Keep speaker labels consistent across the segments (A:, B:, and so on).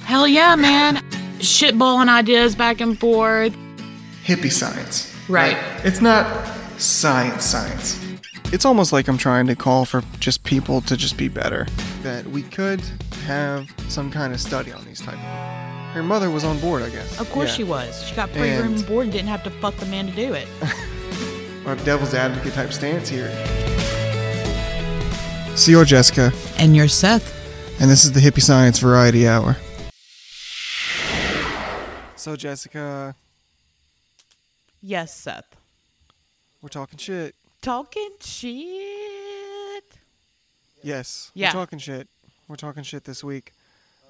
A: Hell yeah, man. Shitballing ideas back and forth.
B: hippie science.
A: Right.
B: It's not science science. It's almost like I'm trying to call for just people to just be better. That we could have some kind of study on these type of. Her mother was on board, I guess.
A: Of course she
B: Yeah.
A: was. She got pre room
B: And-
A: and board and didn't have to fuck the man to do it.
B: Our devil's advocate type stance here. So you're Jessica,
A: and you're Seth.
B: and this is the hippie science variety hour. So Jessica,
A: Yes, Seth.
B: we're talking shit.
A: Talking shit.
B: Yes.
A: Yeah.
B: We're talking shit. We're talking shit this week.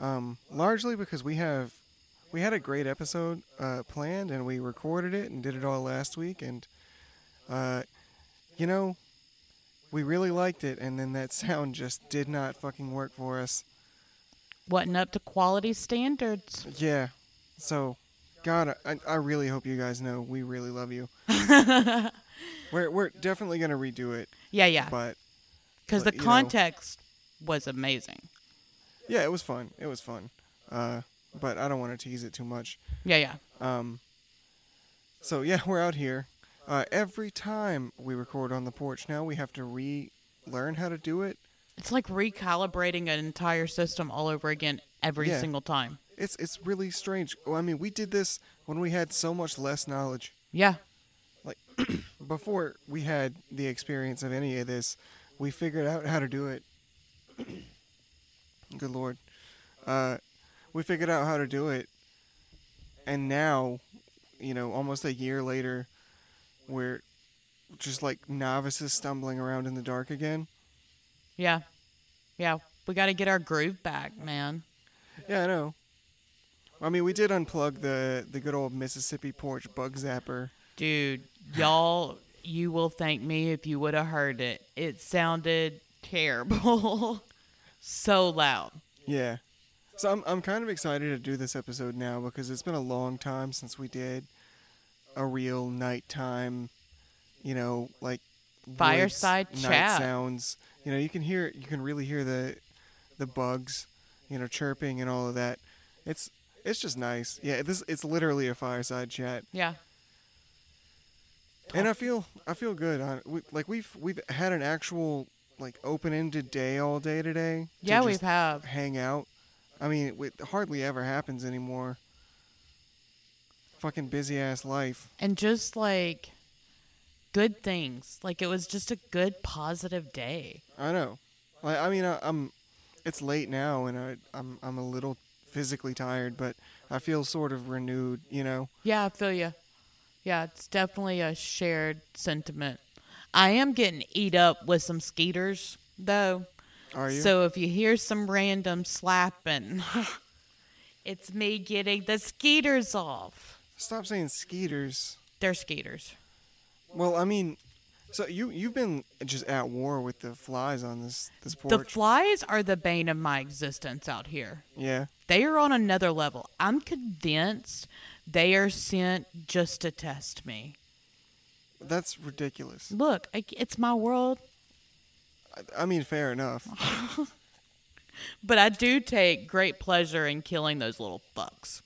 B: Um, largely because we have we had a great episode uh, planned and we recorded it and did it all last week and uh, you know we really liked it and then that sound just did not fucking work for us.
A: Wasn't up to quality standards.
B: Yeah. So God, I, I really hope you guys know we really love you. we're we're definitely gonna redo it,
A: Yeah, yeah.
B: but
A: Because the
B: but, you know-
A: context was amazing.
B: yeah, it was fun. It was fun. Uh, but I don't want to tease it too much.
A: Yeah, yeah.
B: Um, so yeah, we're out here. Uh, every time we record on the porch now, we have to re-learn how to do it.
A: It's like recalibrating an entire system all over again every
B: Yeah.
A: single time.
B: It's it's really strange. Well, I mean, we did this when we had so much less knowledge.
A: Yeah.
B: Before we had the experience of any of this, we figured out how to do it. Good lord, uh, we figured out how to do it, and now, you know, almost a year later, we're just like novices stumbling around in the dark again.
A: Yeah. Yeah. We got to get our groove back, man.
B: Yeah, I know. I mean, we did unplug the the good old Mississippi porch bug zapper.
A: Dude, y'all, you will thank me if you would have heard it. It sounded terrible. so loud.
B: Yeah. So I'm I'm kind of excited to do this episode now because it's been a long time since we did a real nighttime, you know, like woods,
A: Fireside
B: night
A: chat.
B: sounds. You know, you can hear you can really hear the the bugs, you know, chirping and all of that. It's it's just nice. Yeah, this it's literally a fireside chat.
A: Yeah.
B: And I feel I feel good on we, like we've we've had an actual like open-ended day all day today. to
A: Yeah,
B: just
A: we've have.
B: hang out. I mean, it, it hardly ever happens anymore. Fucking busy ass life.
A: And just like good things. Like it was just a good, positive day.
B: I know. Like, I mean, I, I'm. It's late now, and I, I'm I'm a little physically tired, but I feel sort of renewed. You know.
A: Yeah, I feel you. Yeah, it's definitely a shared sentiment. I am getting eat up with some skeeters, though.
B: Are you?
A: So if you hear some random slapping, it's me getting the skeeters off.
B: Stop saying skeeters.
A: They're skeeters.
B: Well, I mean, so you you've been just at war with the flies on this this porch.
A: The flies are the bane of my existence out here.
B: yeah.
A: They are on another level. I'm convinced they are sent just to test me.
B: That's ridiculous.
A: Look, I- it's my world,
B: I, I mean, fair enough.
A: but I do take great pleasure in killing those little fucks.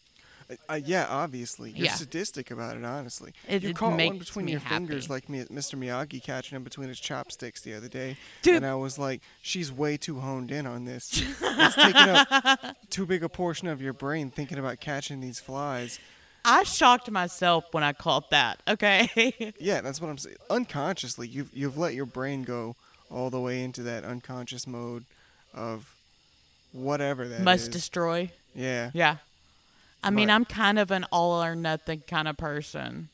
B: Uh, yeah, obviously. You're
A: Yeah.
B: sadistic about it, honestly.
A: It-
B: you
A: it
B: caught one
A: makes
B: between
A: me
B: your fingers
A: happy.
B: like Mi- Mr. Miyagi catching him between his chopsticks the other day.
A: Dude.
B: And I was like, she's way too honed in on this. it's taking up too big a portion of your brain thinking about catching these flies.
A: I shocked myself when I caught that, okay?
B: Yeah, that's what I'm saying. Unconsciously, you've, you've let your brain go all the way into that unconscious mode of whatever that is.
A: Must destroy.
B: yeah.
A: Yeah. I mean,
B: But-
A: I'm kind of an all or nothing kind of person.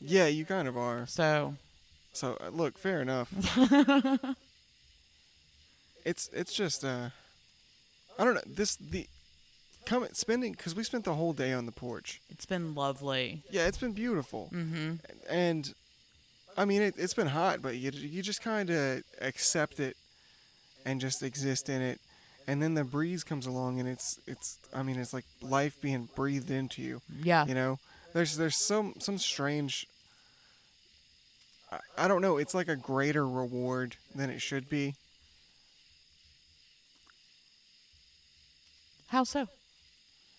B: Yeah, you kind of are.
A: So,
B: So uh, look, fair enough. it's it's just uh, I don't know this the coming spending because we spent the whole day on the porch.
A: it's been lovely.
B: Yeah, it's been beautiful. Mm-hmm. And I mean, it, it's been hot, but you you just kind of accept it and just exist in it. And then the breeze comes along, and it's it's I mean, it's like life being breathed into you
A: Yeah.
B: you know there's there's some some strange I, I don't know it's like a greater reward than it should be
A: How so?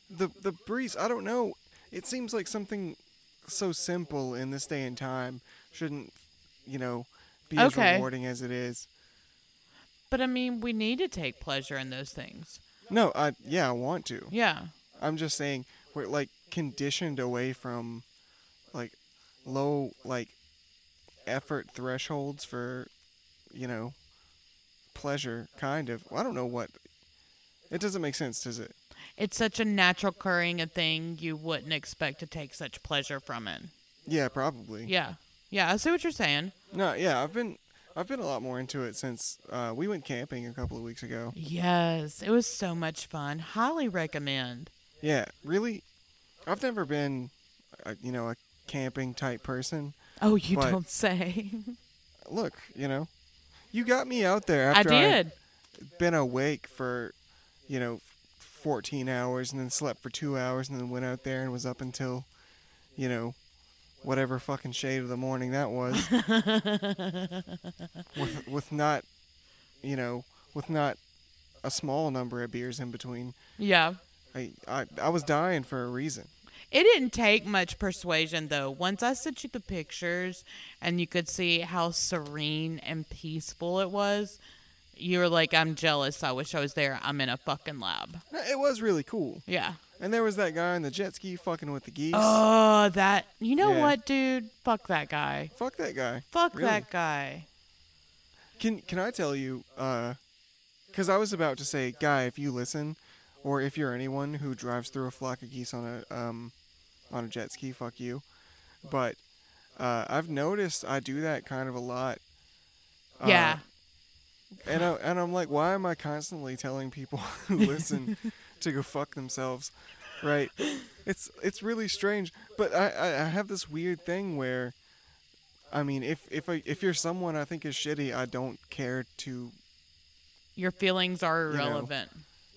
B: the the breeze. I don't know. It seems like something so simple in this day and time shouldn't, you know, be
A: Okay.
B: as rewarding as it is.
A: But I mean, we need to take pleasure in those things.
B: No, I yeah, I want to.
A: Yeah.
B: I'm just saying we're like conditioned away from like low like effort thresholds for you know pleasure kind of. I don't know what it doesn't make sense, does it?
A: It's such a natural occurring a thing you wouldn't expect to take such pleasure from it.
B: Yeah, probably.
A: Yeah. Yeah, I see what you're saying.
B: No, yeah, I've been I've been a lot more into it since uh, we went camping a couple of weeks ago.
A: Yes, it was so much fun. Highly recommend.
B: Yeah, really I've never been uh, you know a camping type person.
A: Oh, you
B: But-
A: don't say.
B: Look, you know, you got me out there
A: I
B: after
A: did.
B: been awake for, you know, 14 hours and then slept for two hours and then went out there and was up until, you know, whatever fucking shade of the morning that was. with, with not, you know, with not a small number of beers in between.
A: Yeah.
B: I, I, I was dying for a reason.
A: It didn't take much persuasion, though. Once I sent you the pictures and you could see how serene and peaceful it was, you were like, I'm jealous. I wish I was there. I'm in a fucking lab.
B: No, It was really cool.
A: Yeah.
B: And there was that guy on the jet ski fucking with the geese.
A: Oh, that. You know
B: Yeah.
A: what, dude? Fuck that guy.
B: Fuck that guy.
A: Fuck
B: Really?
A: that guy.
B: Can can I tell you? Because I was about to say, guy, if you listen, or if you're anyone who drives through a flock of geese on a um, on a jet ski, fuck you. But uh, I've noticed I do that kind of a lot. Uh,
A: yeah.
B: And I, and I'm like, why am I constantly telling people who listen to go fuck themselves? Right? It's it's really strange. But I, I, I have this weird thing where, I mean, if if I, if you're someone I think is shitty, I don't care to
A: Your feelings are
B: You know.
A: irrelevant.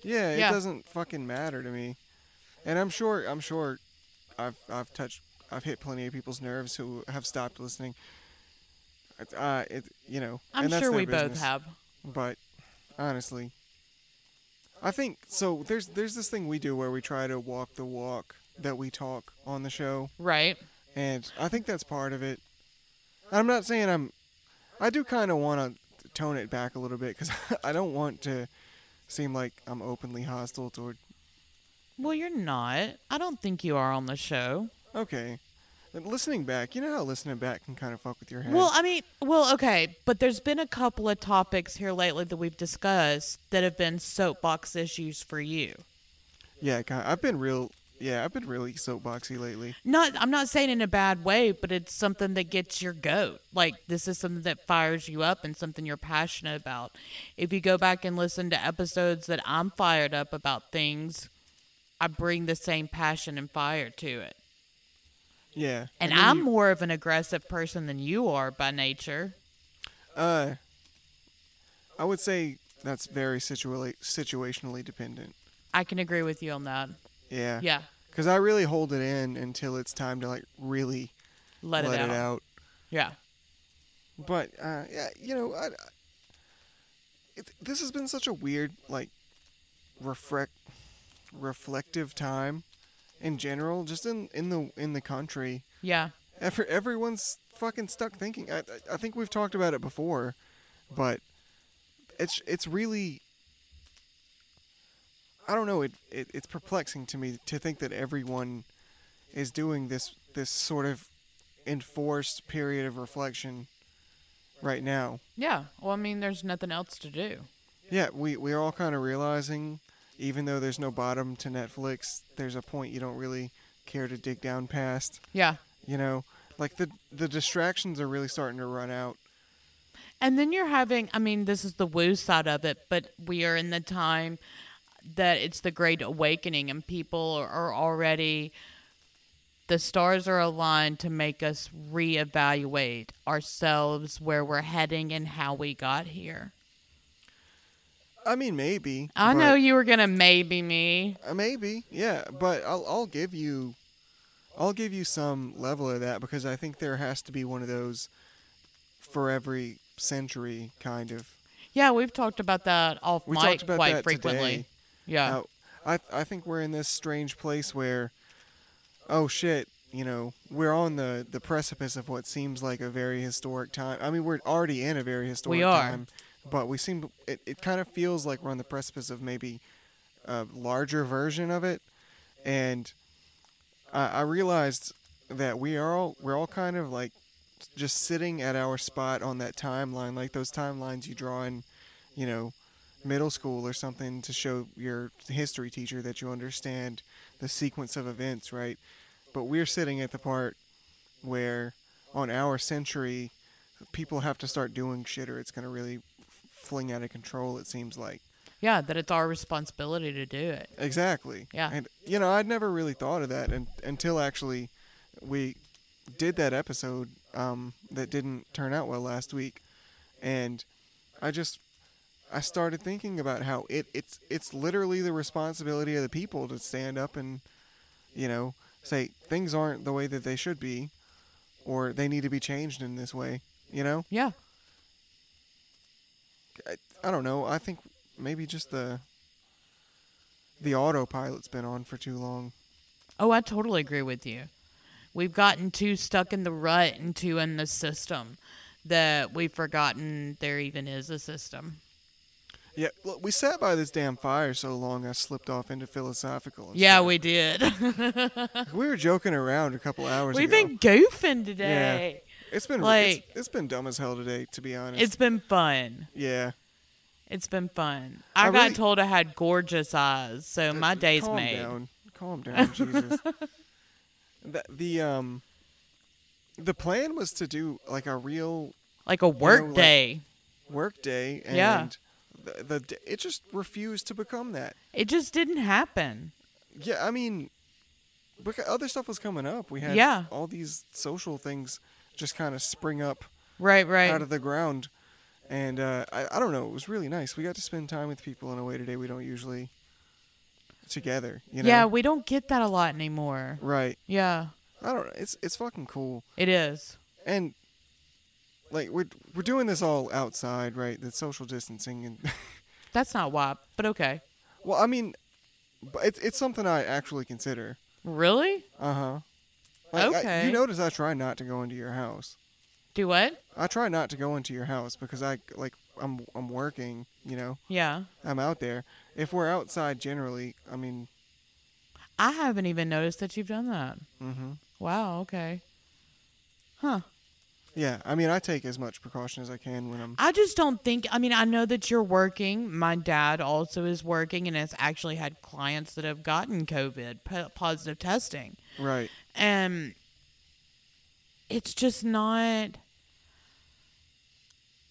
B: Yeah, it
A: Yeah.
B: doesn't fucking matter to me. And I'm sure I'm sure I've I've touched I've hit plenty of people's nerves who have stopped listening. It's, Uh, it you know,
A: I'm
B: and that's
A: sure
B: their
A: we both
B: business.
A: have.
B: But honestly, I think so. There's there's this thing we do where we try to walk the walk that we talk on the show,
A: Right?
B: and I think that's part of it. I'm not saying I'm. I do kind of want to tone it back a little bit because I don't want to seem like I'm openly hostile toward
A: Well, you're not. I don't think you are on the show.
B: Okay. And listening back, you know how listening back can kind of fuck with your head.
A: Well, I mean, well, okay, but there's been a couple of topics here lately that we've discussed that have been soapbox issues for you.
B: yeah, ki- I've been real. Yeah, I've been really soapboxy lately.
A: Not, I'm not saying in a bad way, but it's something that gets your goat. Like this is something that fires you up and something you're passionate about. If you go back and listen to episodes that I'm fired up about things, I bring the same passion and fire to it.
B: Yeah.
A: And,
B: then
A: I'm
B: you-
A: more of an aggressive person than you are by nature.
B: uh, I would say that's very situa- situationally dependent.
A: I can agree with you on that.
B: Yeah.
A: Yeah,
B: Because I really hold it in until it's time to like really
A: let, it, out. Yeah.
B: But uh, yeah, you know, I, I, it, this has been such a weird, like, reflect, reflective time, in general, just in in the in the country.
A: Yeah.
B: Every, everyone's fucking stuck thinking. I, I- I think we've talked about it before, but it's it's really. I don't know. It, it it's perplexing to me to think that everyone is doing this this sort of enforced period of reflection right now.
A: Yeah. Well, I mean, there's nothing else to do.
B: Yeah, we we're all kind of realizing, even though there's no bottom to Netflix, there's a point you don't really care to dig down past.
A: Yeah.
B: You know, like the the distractions are really starting to run out.
A: And then you're having, I mean, this is the woo side of it, but we are in the time that it's the great awakening and people are, are already, the stars are aligned to make us reevaluate ourselves, where we're heading, and how we got here.
B: I mean, maybe.
A: I
B: but-
A: know you were going to maybe me.
B: Uh, maybe, yeah. But I'll I'll give you, I'll give you some level of that because I think there has to be one of those, for every century kind of.
A: Yeah, we've talked about that off
B: We
A: mic
B: talked about
A: quite
B: that
A: frequently.
B: today.
A: Yeah.
B: How, I I think we're in this strange place where, oh shit, you know, we're on the the precipice of what seems like a very historic time. I mean, we're already in a very historic
A: We are.
B: time, but we seem it, it kind of feels like we're on the precipice of maybe a larger version of it, and I, I realized that we are all we're all kind of like just sitting at our spot on that timeline, like those timelines you draw in, you know, middle school or something to show your history teacher that you understand the sequence of events, right? But we're sitting at the part where on our century, people have to start doing shit or it's going to really f- fling out of control, it seems like.
A: Yeah, that it's our responsibility to do it.
B: Exactly.
A: Yeah.
B: And you know, I'd never really thought of that un until actually we did that episode um, that didn't turn out well last week, and I just I started thinking about how it it's it's literally the responsibility of the people to stand up and you know say things aren't the way that they should be, or they need to be changed in this way. You know.
A: Yeah.
B: I, I don't know. I think maybe just the the autopilot's been on for too long.
A: Oh, I totally agree with you. We've gotten too stuck in the rut and too in the system that we've forgotten there even is a system.
B: Yeah, look, we sat by this damn fire so long I slipped off into philosophical. and
A: Yeah,
B: stuff.
A: we did.
B: we were joking around a couple hours
A: We've
B: ago.
A: been goofing today.
B: it's been
A: like-
B: it's, it's been dumb as hell today, to be honest.
A: It's been fun.
B: yeah,
A: It's been fun. I,
B: I
A: got
B: really-
A: told I had gorgeous eyes, so my day's
B: calm
A: made.
B: down, calm down, Jesus. the, the um the plan was to do like a real
A: Like a work
B: like-
A: day.
B: work day, and
A: Yeah.
B: the, the d- it just refused to become that.
A: It just didn't happen.
B: Yeah, I mean, because other stuff was coming up. We had
A: Yeah.
B: all these social things just kind of spring up
A: Right,
B: out
A: right.
B: of the ground, and uh, I, I don't know. It was really nice. We got to spend time with people in a way today we don't usually together. You know?
A: Yeah, we don't get that a lot anymore.
B: Right.
A: Yeah,
B: I don't know. It's it's fucking cool,
A: it is.
B: and like we're we're doing this all outside, right? The social distancing and
A: That's not why, but okay.
B: well, I mean, but it's it's something I actually consider.
A: Really?
B: Uh huh. I,
A: Okay.
B: you notice I try not to go into your house.
A: Do what?
B: I try not to go into your house because I like I'm I'm working, you know.
A: Yeah.
B: I'm out there. If we're outside generally, I mean,
A: I haven't even noticed that you've done that.
B: hmm
A: Wow, okay. Huh.
B: yeah. I mean, I take as much precaution as I can when I'm.
A: I just don't think. I mean, I know that you're working. My dad also is working and has actually had clients that have gotten COVID po- positive testing.
B: Right.
A: And it's just not.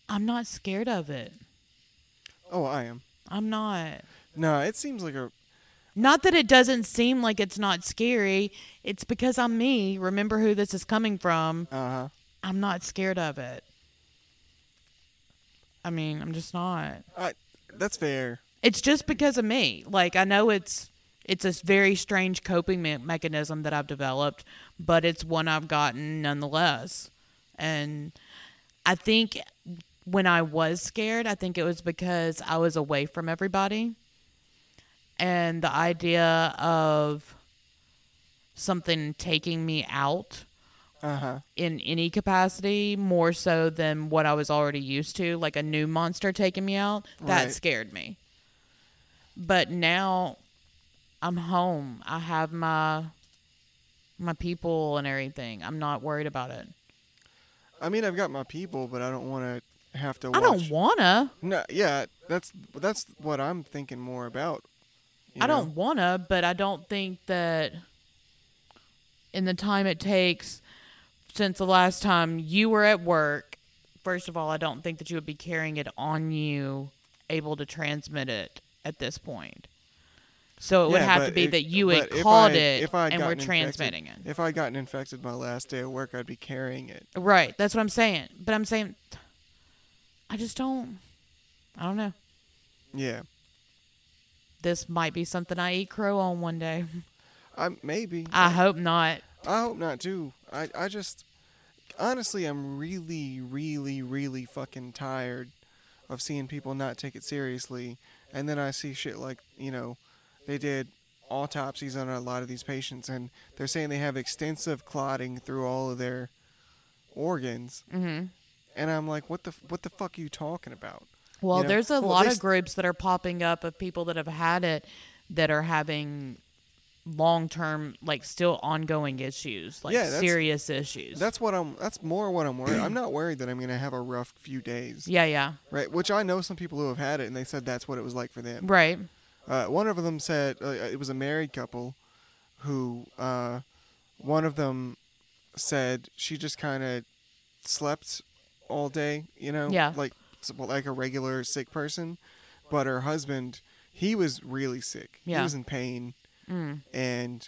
A: I'm not scared of it.
B: Oh, I am.
A: I'm not.
B: No, it seems like a.
A: Not that it doesn't seem like it's not scary. It's because I'm me. Remember who this is coming from.
B: Uh huh.
A: I'm not scared of it. I mean, I'm just not.
B: I. That's fair.
A: It's just because of me. Like I know it's it's a very strange coping me- mechanism that I've developed, but it's one I've gotten nonetheless. And I think when I was scared, I think it was because I was away from everybody. And the idea of something taking me out
B: Uh huh.
A: in any capacity more so than what I was already used to, like a new monster taking me out, that
B: Right.
A: scared me. But now I'm home. I have my my people and everything. I'm not worried about it.
B: I mean, I've got my people, but I don't want to have to. Watch.
A: I don't wanna.
B: No. Yeah. That's that's what I'm thinking more about. you
A: I
B: know?
A: don't wanna, but I don't think that in the time it takes since the last time you were at work, first of all, I don't think that you would be carrying it on you, able to transmit it at this point. So it would
B: Yeah,
A: have to
B: but
A: be
B: if-
A: that you had
B: but if
A: caught
B: I-
A: it
B: if I had
A: and were
B: gotten infected-
A: transmitting it.
B: If I'd gotten infected my last day of work, I'd be carrying it.
A: Right. That's what I'm saying. But I'm saying, I just don't, I don't know.
B: Yeah.
A: This might be something I eat crow on one day.
B: I maybe.
A: I hope not.
B: I hope not too. I I just honestly I'm really really really fucking tired of seeing people not take it seriously and then I see shit like, you know, they did autopsies on a lot of these patients, and they're saying they have extensive clotting through all of their organs.
A: Mm-hmm.
B: And I'm like, what the f- what the fuck are you talking about?
A: Well,
B: You know,
A: there's a
B: well,
A: lot
B: they
A: of
B: s-
A: groups that are popping up of people that have had it that are having long term, like still ongoing issues, like
B: Yeah, that's-
A: serious issues.
B: That's what I'm. That's more what I'm worried. I'm not worried that I'm gonna have a rough few days,
A: yeah, yeah,
B: right? Which I know some people who have had it, and they said that's what it was like for them.
A: right.
B: Uh, one of them said uh, it was a married couple who uh, one of them said she just kind of slept all day, you know,
A: Yeah.
B: like like a regular sick person, but her husband he was really sick. He
A: Yeah.
B: was in pain
A: Mm.
B: and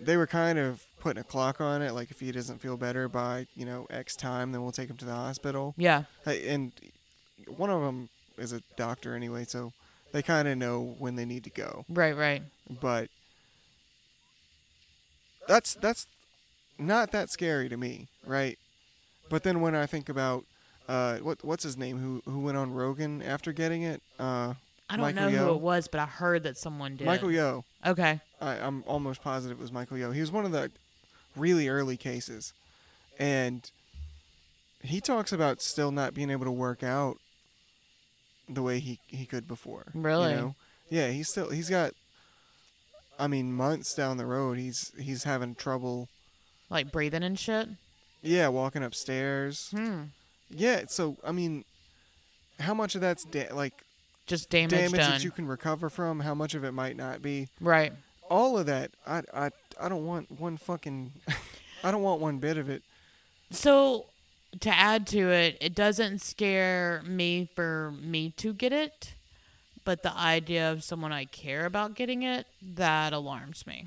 B: they were kind of putting a clock on it like if he doesn't feel better by, you know, x time then we'll take him to the hospital.
A: Yeah,
B: I- and one of them is a doctor anyway, so they kind of know when they need to go.
A: right, right.
B: But that's that's not that scary to me, right? But then when I think about uh, what what's his name who who went on Rogan after getting it, uh,
A: I don't
B: Michael
A: know who
B: Yo?
A: it was, but I heard that someone did.
B: Michael Yo.
A: Okay.
B: I, I'm almost positive it was Michael Yo. He was one of the really early cases, and he talks about still not being able to work out the way he he could before.
A: Really?
B: You know? Yeah, he's still he's got. I mean, months down the road, he's he's having trouble.
A: Like breathing and shit.
B: Yeah, walking upstairs.
A: Hmm.
B: Yeah, so I mean, how much of that's da- like
A: Just damage,
B: damage
A: done.
B: that you can recover from? How much of it might not be?
A: right.
B: all of that I, I i don't want one fucking i don't want one bit of it
A: So to add to it, it doesn't scare me for me to get it, but the idea of someone I care about getting it, that alarms me.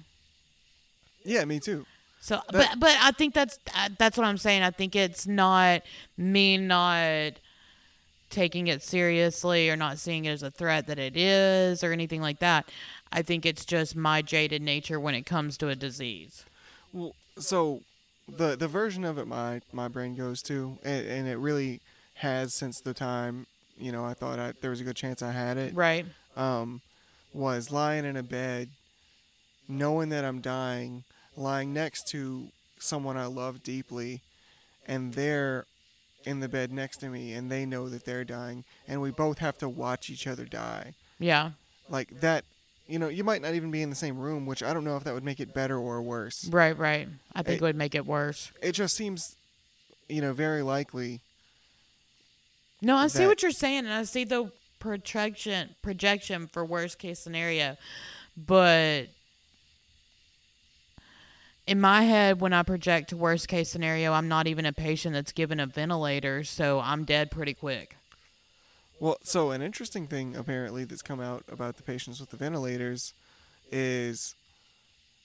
B: yeah me too
A: So but
B: That-
A: but I think that's uh, that's what I'm saying. I think it's not me not taking it seriously or not seeing it as a threat that it is or anything like that. I think it's just my jaded nature when it comes to a disease.
B: well so the the version of it my my brain goes to and, and it really has since the time you know i thought I, there was a good chance i had it
A: Right?
B: um was lying in a bed knowing that i'm dying lying next to someone i love deeply and they're in the bed next to me and they know that they're dying and we both have to watch each other die
A: Yeah.
B: like that you know you might not even be in the same room which i don't know if that would make it better or worse
A: Right, right. I think
B: It-
A: it would make it worse.
B: it just seems you know very likely
A: No, I see
B: that-
A: what you're saying, and I see the projection projection for worst case scenario, but in my head, when I project to worst case scenario, I'm not even a patient that's given a ventilator, so I'm dead pretty quick.
B: well so an interesting thing apparently that's come out about the patients with the ventilators is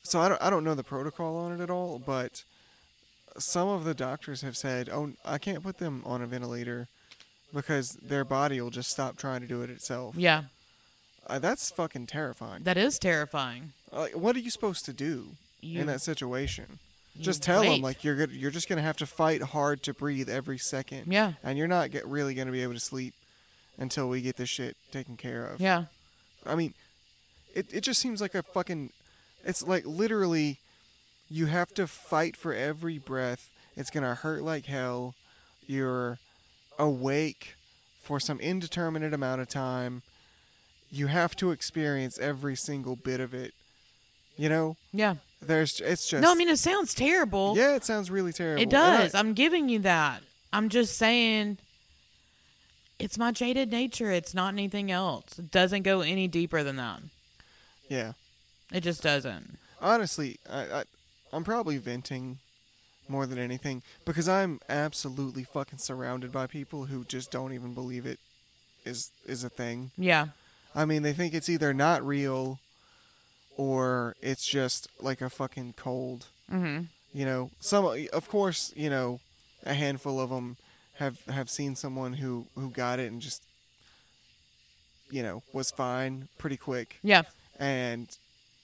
B: so i don't, I don't know the protocol on it at all but some of the doctors have said oh i can't put them on a ventilator because their body will just stop trying to do it itself
A: Yeah,
B: uh, that's fucking terrifying
A: that is terrifying.
B: like what are you supposed to do
A: You-
B: in that situation
A: you
B: just tell them
A: wait.
B: like you're good, you're just gonna have to fight hard to breathe every second.
A: Yeah.
B: and you're not get, really gonna be able to sleep until we get this shit taken care of.
A: yeah,
B: I mean, it it just seems like a fucking, it's like literally, you have to fight for every breath. It's gonna hurt like hell. You're awake for some indeterminate amount of time. You have to experience every single bit of it. You know,
A: yeah.
B: there's it's just
A: No, I mean it sounds terrible.
B: yeah, it sounds really terrible.
A: It
B: And I-
A: does. I'm giving you that. I'm just saying it's my jaded nature. It's not anything else. It doesn't go any deeper than that.
B: yeah.
A: It just doesn't.
B: Honestly, I, I I'm probably venting more than anything because I'm absolutely fucking surrounded by people who just don't even believe it is is a thing.
A: Yeah.
B: I mean, they think it's either not real or it's just like a fucking cold.
A: Mhm.
B: You know, some of course, you know, a handful of them have have seen someone who who got it and just you know, was fine pretty quick
A: Yeah.
B: and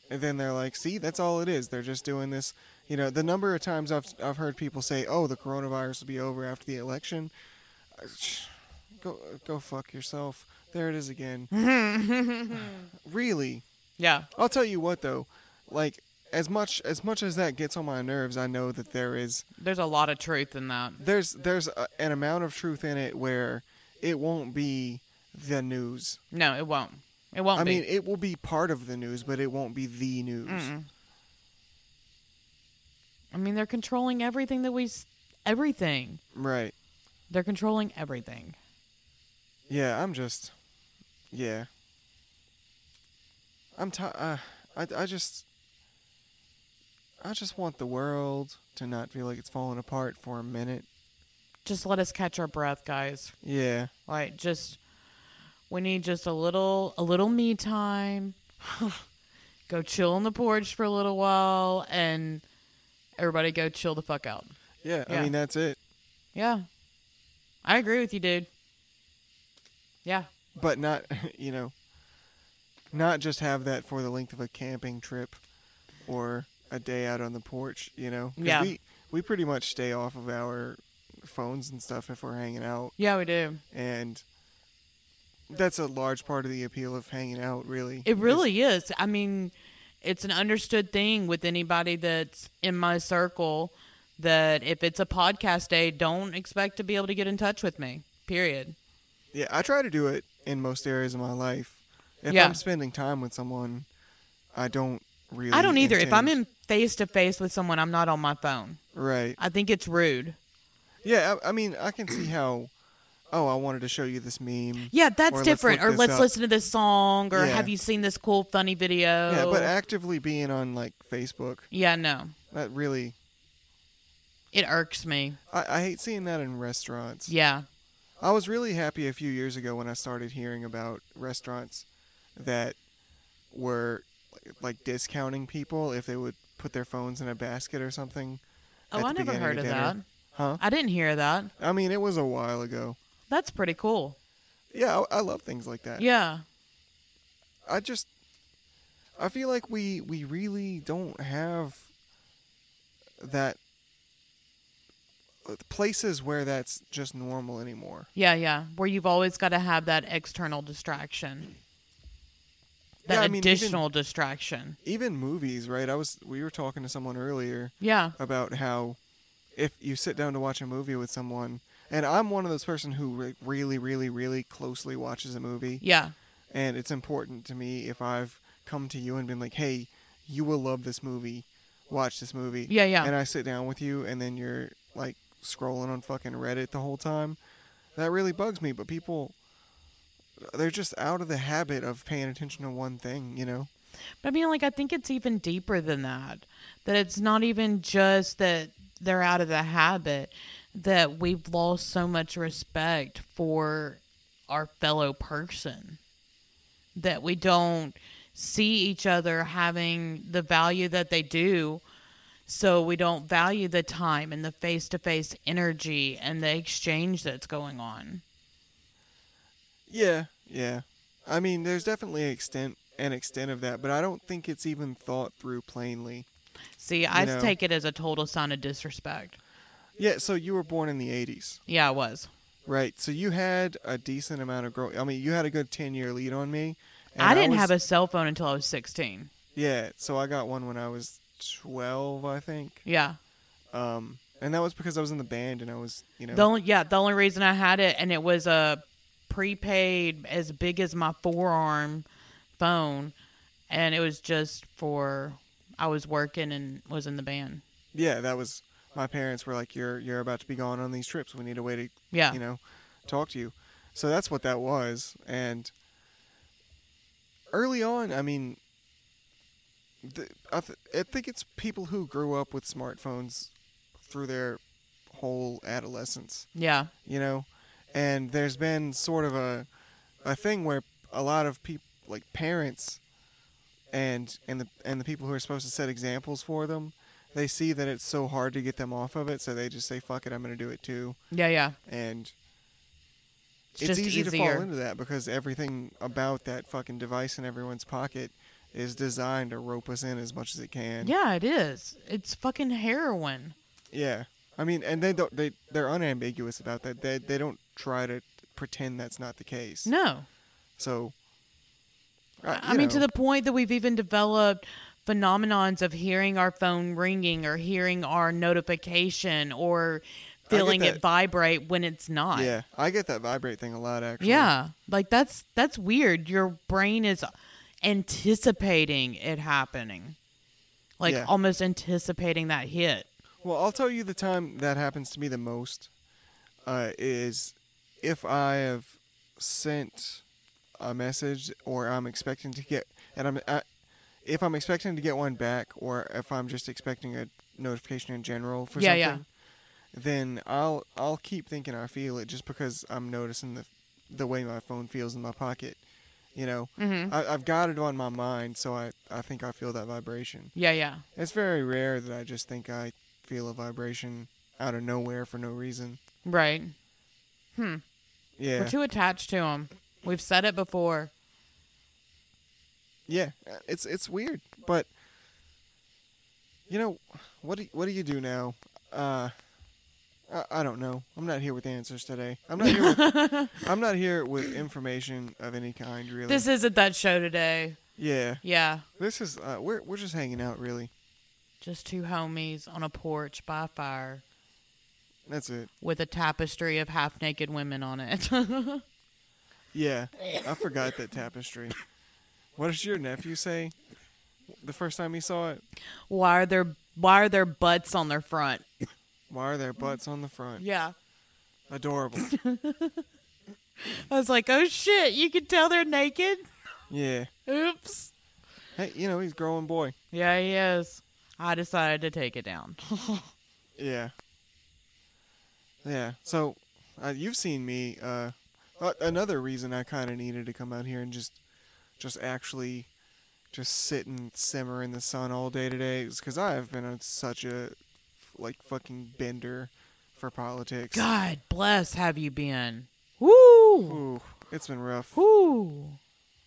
B: then they're like, "See, that's all it is. They're just doing this." You know, the number of times I've I've heard people say, "Oh, the coronavirus will be over after the election." Uh, sh- Go go fuck yourself. There it is again. really,
A: Yeah.
B: I'll tell you what though, like as much as much as that gets on my nerves, I know that there is
A: There's a lot of truth in that.
B: there's there's a, an amount of truth in it where it won't be the news.
A: No, it won't. It won't
B: I
A: be.
B: mean, it will be part of the news, but it won't be the news.
A: Mm-mm. I mean, they're controlling everything that we. s- Everything.
B: Right.
A: They're controlling everything.
B: Yeah, I'm just yeah. I'm ti uh, I I just I just want the world to not feel like it's falling apart for a minute.
A: Just let us catch our breath, guys.
B: Yeah.
A: Like, just we need just a little, a little me time. go chill on the porch for a little while, and everybody go chill the fuck out.
B: Yeah, I
A: Yeah.
B: mean that's it.
A: Yeah, I agree with you, dude. Yeah,
B: but not you know not just have that for the length of a camping trip or a day out on the porch you know 'Cause
A: Yeah.
B: we we pretty much stay off of our phones and stuff if we're hanging out
A: yeah, we do.
B: and that's a large part of the appeal of hanging out really
A: It
B: is-
A: really is. I mean, it's an understood thing with anybody that's in my circle that if it's a podcast day, don't expect to be able to get in touch with me. Period.
B: yeah i try to do it in most areas of my life if
A: Yeah.
B: i'm spending time with someone i don't really
A: I don't either. If I'm
B: intend-
A: in face to face with someone, I'm not on my phone.
B: right
A: I think it's rude.
B: yeah I, I mean i can see how oh i wanted to show you this meme
A: Yeah, that's
B: let's
A: different.
B: look
A: or
B: this
A: let's
B: up.
A: listen to this song. Or
B: Yeah.
A: have you seen this cool, funny video?
B: Yeah, but actively being on like Facebook,
A: yeah, no,
B: that really,
A: it irks me.
B: I, I hate seeing that in restaurants.
A: Yeah,
B: I was really happy a few years ago when I started hearing about restaurants that were like discounting people if they would put their phones in a basket or something.
A: Oh,
B: at
A: I
B: the
A: never
B: beginning
A: heard of
B: dinner.
A: that.
B: Huh?
A: I didn't hear that.
B: I mean, it was a while ago.
A: That's pretty cool.
B: Yeah, I, I love things like that.
A: Yeah,
B: I just I feel like we we really don't have that uh, places where that's just normal anymore.
A: Yeah, yeah. Where you've always got to have that external distraction, that
B: Yeah, I mean, even-
A: additional distraction.
B: Even movies, right? I was we were talking to someone earlier
A: Yeah,
B: about how if you sit down to watch a movie with someone and I'm one of those person who re- really really really closely watches a movie
A: yeah,
B: and it's important to me if I've come to you and been like, "Hey, you will love this movie. Watch this movie."
A: yeah, yeah.
B: and I sit down with you, and then you're like scrolling on fucking Reddit the whole time. That really bugs me. But people, they're just out of the habit of paying attention to one thing, you know?
A: but I mean, like, I think it's even deeper than that. That it's not even just that they're out of the habit. That we've lost so much respect for our fellow person. That we don't see each other having the value that they do so we don't value the time and the face to face energy and the exchange that's going on.
B: Yeah, yeah. I mean, there's definitely extent an extent of that, but I don't think it's even thought through plainly.
A: See, I
B: know.
A: take it as a total sign of disrespect.
B: Yeah. So you were born in the '80s,
A: Yeah, I was.
B: right? So you had a decent amount of growth. I mean, you had a good ten-year lead on me. and
A: I didn't
B: was-
A: have a cell phone until I was 16.
B: Yeah. So I got one when I was twelve, I think.
A: Yeah.
B: Um, and that was because I was in the band and I was, you know,
A: The only yeah, the only reason I had it and it was a prepaid as big as my forearm phone and it was just for I was working and was in the band.
B: yeah, that was my parents were like, "You're you're about to be gone on these trips. We need a way to,
A: Yeah.
B: you know, talk to you." So that's what that was. And early on, I mean, the, I, th- I think it's people who grew up with smartphones through their whole adolescence.
A: yeah.
B: you know and there's been sort of a a thing where a lot of people like parents and and the and the people who are supposed to set examples for them they see that it's so hard to get them off of it so they just say fuck it i'm going to do it too
A: Yeah, yeah.
B: and
A: It's,
B: it's,
A: just
B: easy
A: easier.
B: to fall into that because everything about that fucking device in everyone's pocket is designed to rope us in as much as it can
A: yeah, it is. It's fucking heroin.
B: yeah i mean and they don't they they're unambiguous about that they they don't try to pretend that's not the case
A: No.
B: So Uh,
A: I
B: you
A: mean,
B: know,
A: to the point that we've even developed phenomenons of hearing our phone ringing or hearing our notification or
B: get
A: feeling
B: that.
A: it vibrate when it's not.
B: yeah, I get that vibrate thing a lot actually.
A: Yeah. Like that's that's weird. Your brain is anticipating it happening. Like
B: Yeah.
A: almost anticipating that hit.
B: Well, I'll tell you the time that happens to me the most uh, is if I have sent a message or I'm expecting to get, and I'm I, if I'm expecting to get one back, or if I'm just expecting a notification in general for
A: Yeah,
B: something,
A: yeah.
B: then I'll I'll keep thinking I feel it just because I'm noticing the the way my phone feels in my pocket. You know,
A: Mhm.
B: I, I've got it on my mind, so I, I think I feel that vibration.
A: Yeah, yeah.
B: It's very rare that I just think I feel a vibration out of nowhere for no reason.
A: Right.
B: Yeah.
A: We're too attached to them. We've said it before.
B: yeah. Uh, It's it's weird, but you know, what do what do you do now? Uh I, I don't know. I'm not here with answers today. I'm not here with, I'm not here with information of any kind really.
A: This isn't that show today.
B: yeah.
A: Yeah.
B: This is uh we're we're just hanging out really.
A: Just two homies on a porch by a fire
B: That's it.
A: with a tapestry of half naked women on it.
B: Yeah. I forgot that tapestry. What did your nephew say the first time he saw it?
A: why are there why are there butts on their front?
B: Why are there butts on the front?
A: Yeah.
B: Adorable.
A: I was like, oh shit, you can tell they're naked?
B: yeah.
A: Oops.
B: Hey, you know, he's a growing boy.
A: Yeah, he is. I decided to take it down.
B: Yeah. Yeah. So, uh, you've seen me. Uh, uh, another reason I kind of needed to come out here and just, just actually, just sit and simmer in the sun all day today is because I have been on such a, like, fucking bender for politics.
A: God bless have you been. Woo!
B: Ooh, it's been rough.
A: Woo!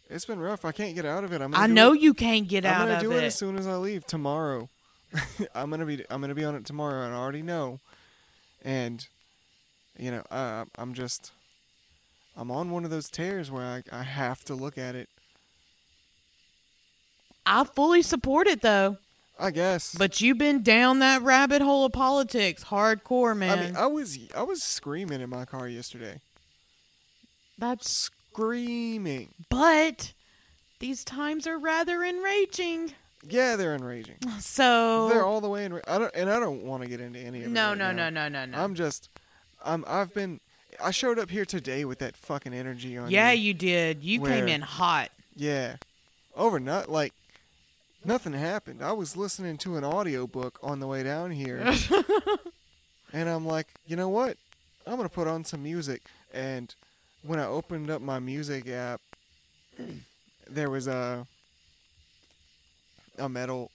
B: It's been rough. I can't get out of it. I'm gonna
A: I
B: do
A: know
B: it-
A: you can't get
B: I'm
A: out
B: gonna
A: of
B: do
A: it.
B: it as soon as I leave tomorrow. I'm gonna be I'm gonna be on it tomorrow, and I already know. And you know, I, I'm just I'm on one of those tears where I, I have to look at it.
A: I fully support it though.
B: I guess.
A: But you've been down that rabbit hole of politics hardcore,
B: I
A: man.
B: mean, uh I was I was screaming in my car yesterday,
A: That's
B: screaming.
A: but these times are rather enraging.
B: Yeah, they're enraging.
A: So
B: They're all the way enra- I don't and I don't want to get into any of it.
A: no,
B: right
A: no,
B: now.
A: no, no, no, no.
B: I'm just I'm I've been I showed up here today with that fucking energy on.
A: yeah,
B: me.
A: you did. You
B: Where?
A: came in hot.
B: Yeah. Overnight, like, nothing happened. I was listening to an audiobook on the way down here. and I'm like, you know what? I'm going to put on some music. And when I opened up my music app, there was a a metal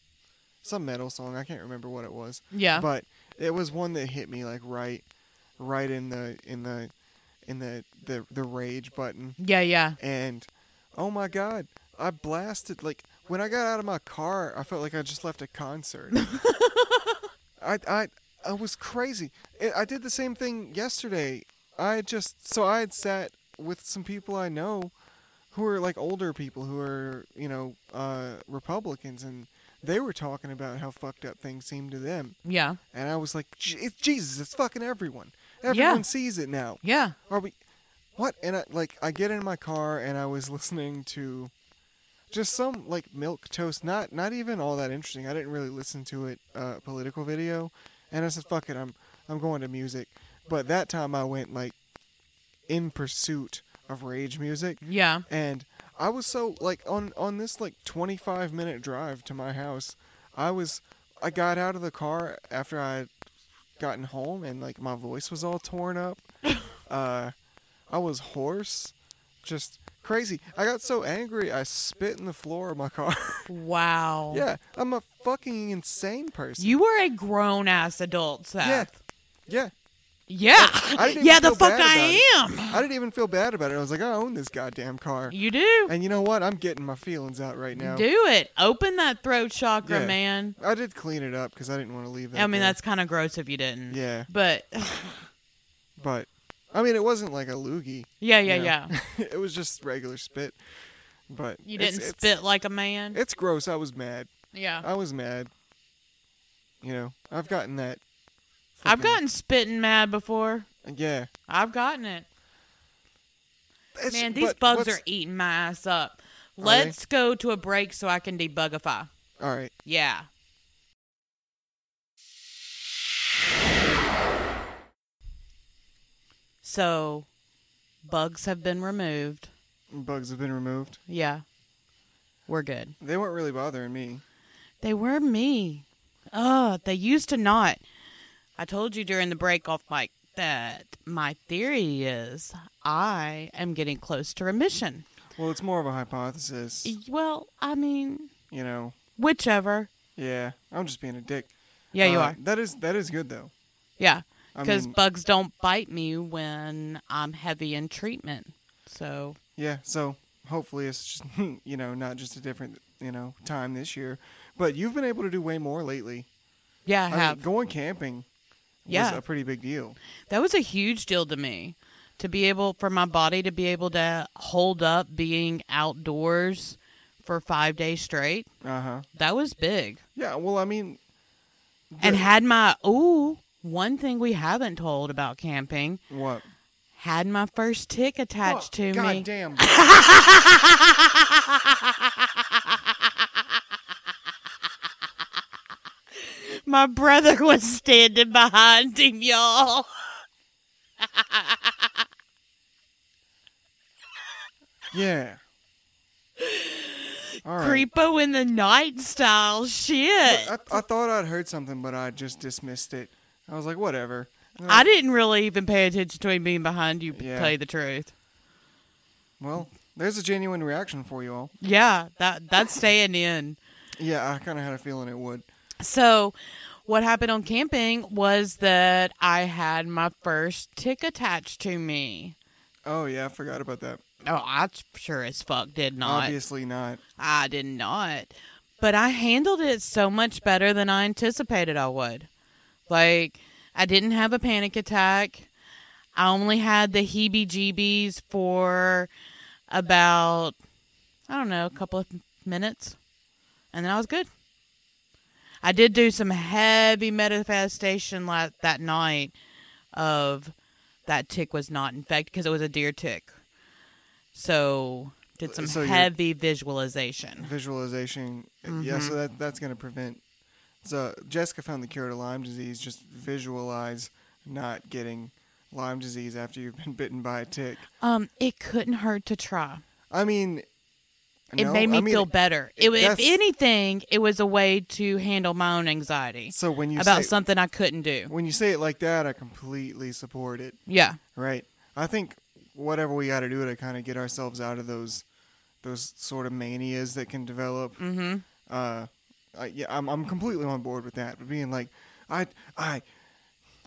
B: some metal song i can't remember what it was
A: Yeah.
B: but it was one that hit me like right right in the in the in the the, the rage button
A: yeah, yeah.
B: and oh my god i blasted like when i got out of my car i felt like i just left a concert i i i was crazy I- i did the same thing yesterday i just so i had sat with some people i know who are like older people who are you know uh republicans and they were talking about how fucked up things seem to them
A: Yeah.
B: and i was like "Je- it's jesus it's fucking everyone everyone sees it now
A: Yeah.
B: are we what and I, like i get in my car and i was listening to just some like milk toast not not even all that interesting i didn't really listen to it uh political video and i said fuck it i'm i'm going to music but that time i went like in pursuit of rage music
A: Yeah.
B: and I was so like on on this like 25 minute drive to my house, I was I got out of the car after I had gotten home and like my voice was all torn up. uh I was hoarse, just crazy. I got so angry I spit in the floor of my car.
A: Wow.
B: yeah, I'm a fucking insane person.
A: Oh. You were a grown ass adult,
B: yeah.
A: Seth.
B: Yeah.
A: Yeah.
B: I didn't even
A: Yeah, the
B: feel
A: fuck
B: bad
A: I am.
B: I didn't even feel bad about it. I was like, I own this goddamn car.
A: You do.
B: And you know what? I'm getting my feelings out right now.
A: Do it. Open that throat chakra,
B: Yeah.
A: man.
B: I did clean it up because I didn't want to leave it.
A: I mean,
B: there.
A: that's kind of gross if you didn't.
B: Yeah,
A: But
B: but I mean, it wasn't like a loogie.
A: yeah, yeah,
B: you know?
A: yeah.
B: it was just regular spit. But
A: You
B: it's-
A: didn't
B: it's-
A: spit like a man.
B: It's gross. I was mad.
A: yeah.
B: I was mad. You know, I've gotten that.
A: I've
B: fucking-
A: gotten spitting mad before.
B: Yeah.
A: I've gotten it.
B: It's-
A: Man, these
B: but
A: bugs are
B: what's-
A: eating my ass up.
B: they?
A: Let's go to a break so I can debugify.
B: All right.
A: Yeah. So, bugs have been removed.
B: Bugs have been removed.
A: Yeah. We're good.
B: They weren't really bothering me.
A: They were me. Ugh, they used to not. I told you during the break off mic that my theory is I am getting close to remission.
B: Well, it's more of a hypothesis.
A: Well, I mean,
B: You know.
A: whichever.
B: Yeah. I'm just being a dick.
A: Yeah, you
B: Uh,
A: are.
B: That is that is good though.
A: Yeah,
B: I
A: because
B: mean,
A: bugs don't bite me when I'm heavy in treatment. So,
B: yeah. So hopefully it's just you know not just a different you know time this year, but you've been able to do way more lately.
A: yeah, I
B: mean,
A: have.
B: going camping.
A: Yeah.
B: Was a pretty big deal.
A: that was a huge deal to me to be able for my body to be able to hold up being outdoors for five days straight.
B: Uh huh.
A: That was big.
B: Yeah. Well, I mean.
A: and
B: the-
A: had my ooh one thing we haven't told about camping
B: what?
A: had my first tick attached to
B: Oh, God
A: me
B: damn.
A: my brother was standing behind him y'all
B: yeah. All right.
A: creepo in the night style shit
B: I, I thought I'd heard something, but I just dismissed it. I was like, whatever. Uh, And
A: i didn't really even pay attention to him being behind you to
B: Yeah.
A: tell you the truth
B: Well, there's a genuine reaction for you all.
A: yeah that that's staying in
B: Yeah, I kind of had a feeling it would.
A: So, what happened on camping was that I had my first tick attached to me.
B: Oh yeah, I forgot about that.
A: Oh, I sure as fuck did not.
B: Obviously not.
A: I did not. But I handled it so much better than I anticipated I would. Like, I didn't have a panic attack. I only had the heebie jeebies for about, I don't know, a couple of minutes. And then I was good. I did do some heavy manifestation la- that night of that tick was not infected because it was a deer tick. So, did some
B: So you're-
A: heavy visualization.
B: Visualization. Yeah,
A: Mm-hmm.
B: so that that's gonna prevent. So Jessica found the cure to Lyme disease. Just visualize not getting Lyme disease after you've been bitten by a tick.
A: Um, it couldn't hurt to try.
B: I mean,
A: It
B: no,
A: made me
B: I mean,
A: feel better. It, if
B: that's-
A: anything, it was a way to handle my own anxiety
B: So when you
A: about
B: say,
A: something I couldn't do.
B: when you say it like that, I completely support it.
A: Yeah,
B: Right. I think whatever we got to do to kind of get ourselves out of those those sort of manias that can develop. Mm-hmm. Uh, I, yeah, I'm I'm completely on board with that. But being like, I I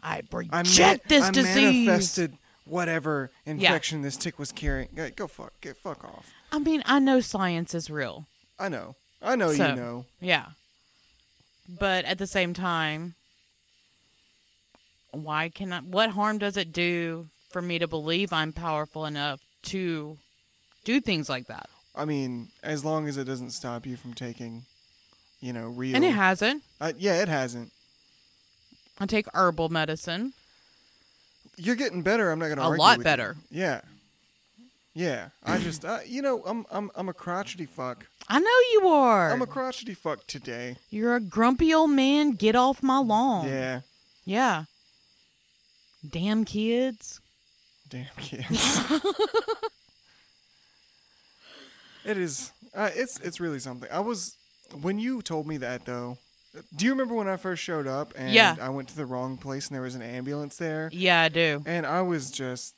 A: I
B: I,
A: reject
B: man-
A: this
B: I
A: disease.
B: manifested whatever infection this tick was carrying. Go- Go fuck get fuck off.
A: I mean, I know science is real.
B: I know. I know
A: So-
B: you know.
A: Yeah, but at the same time, why can I? What harm does it do for me to believe I'm powerful enough to do things like that?
B: I mean, as long as it doesn't stop you from taking, you know, real.
A: And it hasn't.
B: Uh, yeah, it hasn't.
A: I take herbal medicine.
B: You're getting better. I'm not gonna
A: A
B: argue
A: lot
B: with you.
A: better.
B: Yeah. Yeah. I just, uh, you know, I'm, I'm, I'm a crotchety fuck.
A: I know you are.
B: I'm a crotchety fuck today.
A: You're a grumpy old man. Get off my lawn.
B: Yeah.
A: Yeah. Damn kids.
B: Damn kids. it is. Uh, it's, it's really something. I was, when you told me that though, do you remember when I first showed up and
A: Yeah.
B: I went to the wrong place and there was an ambulance there?
A: Yeah, I do.
B: And I was just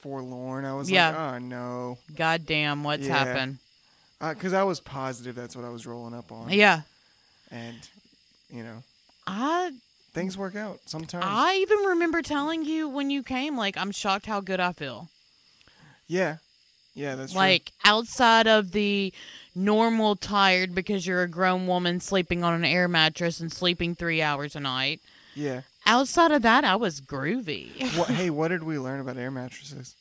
B: forlorn. I was
A: Yeah.
B: like, oh no.
A: God damn, what's
B: Yeah.
A: happened?
B: Because I was positive that's what I was rolling up on.
A: Yeah.
B: And, you know.
A: I
B: things work out sometimes.
A: I even remember telling you when you came, like, I'm shocked how good I feel.
B: yeah, yeah, that's
A: like outside of the normal tired because you're a grown woman sleeping on an air mattress and sleeping three hours a night.
B: true. Yeah.
A: Outside of that, I was groovy.
B: What, hey, what did we learn about air mattresses?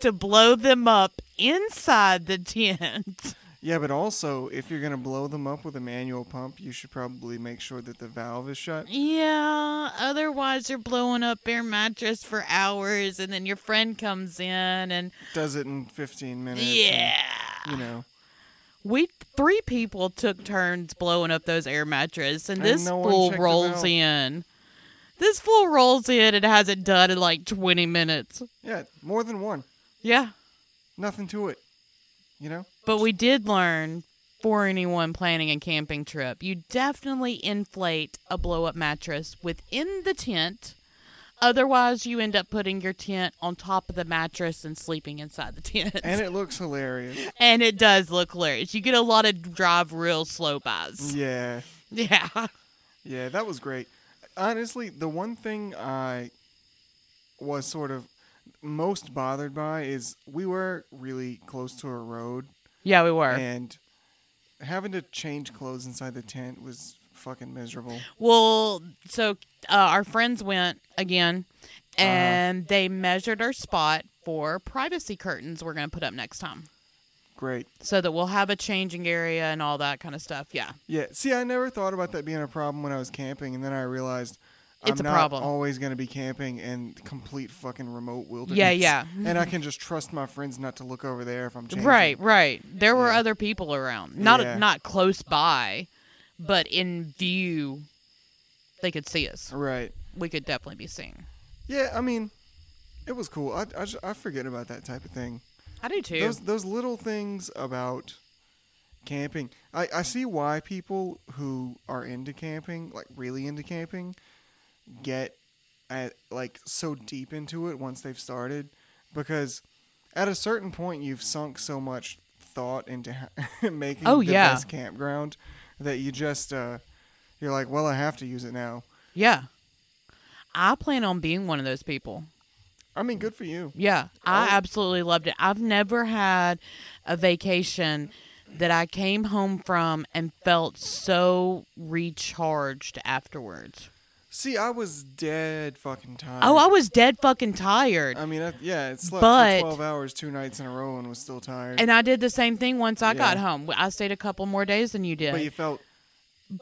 A: to blow them up inside the tent.
B: Yeah, but also, if you're going to blow them up with a manual pump, you should probably make sure that the valve is shut.
A: Yeah, otherwise you're blowing up your mattress for hours and then your friend comes in and
B: Does it in 15 minutes. and,
A: yeah.
B: you know,
A: We three people took turns blowing up those air mattresses and
B: And
A: this
B: no one
A: fool
B: checked the
A: rolls
B: valve.
A: in. This fool rolls in and has it done in like 20 minutes.
B: yeah, more than one.
A: Yeah.
B: Nothing to it. You know?
A: But we did learn for anyone planning a camping trip, you definitely inflate a blow up mattress within the tent. Otherwise, you end up putting your tent on top of the mattress and sleeping inside the tent.
B: And it looks hilarious.
A: And it does look hilarious. You get a lot of drive real slow
B: Mm.
A: bys.
B: Yeah.
A: Yeah.
B: Yeah, that was great. Honestly, the one thing I was sort of most bothered by is we were really close to a road
A: Yeah, we were.
B: and having to change clothes inside the tent was fucking miserable.
A: Well, so uh, our friends went again and they measured our spot for privacy curtains we're going to put up next time.
B: Great.
A: so that we'll have a changing area and all that kind of stuff. Yeah.
B: Yeah. See, I never thought about that being a problem when I was camping, and then I realized
A: It's
B: I'm
A: a
B: not
A: problem.
B: always going to be camping in complete fucking remote wilderness.
A: Yeah, yeah.
B: and I can just trust my friends not to look over there if I'm changing.
A: Right, right. There were
B: Yeah.
A: other people around. Not
B: Yeah.
A: not close by, but in view they could see us.
B: Right.
A: We could definitely be seen.
B: Yeah. I mean, it was cool. I I, ju- I forget about that type of thing.
A: I do too.
B: Those those little things about camping. I, I see why people who are into camping, like really into camping, get at, like so deep into it once they've started because at a certain point you've sunk so much thought into ha- making
A: Oh,
B: the
A: yeah.
B: best campground that you just uh, you're like, well, I have to use it now.
A: yeah. I plan on being one of those people.
B: I mean, good for you.
A: Yeah, I
B: Oh.
A: absolutely loved it. I've never had a vacation that I came home from and felt so recharged afterwards.
B: See, I was dead fucking tired.
A: Oh, I was dead fucking tired.
B: I mean, I, yeah, it slept
A: But-
B: for 12 hours two nights in a row and was still tired.
A: And I did the same thing once I got
B: Yeah.
A: home. I stayed a couple more days than you did,
B: but you felt,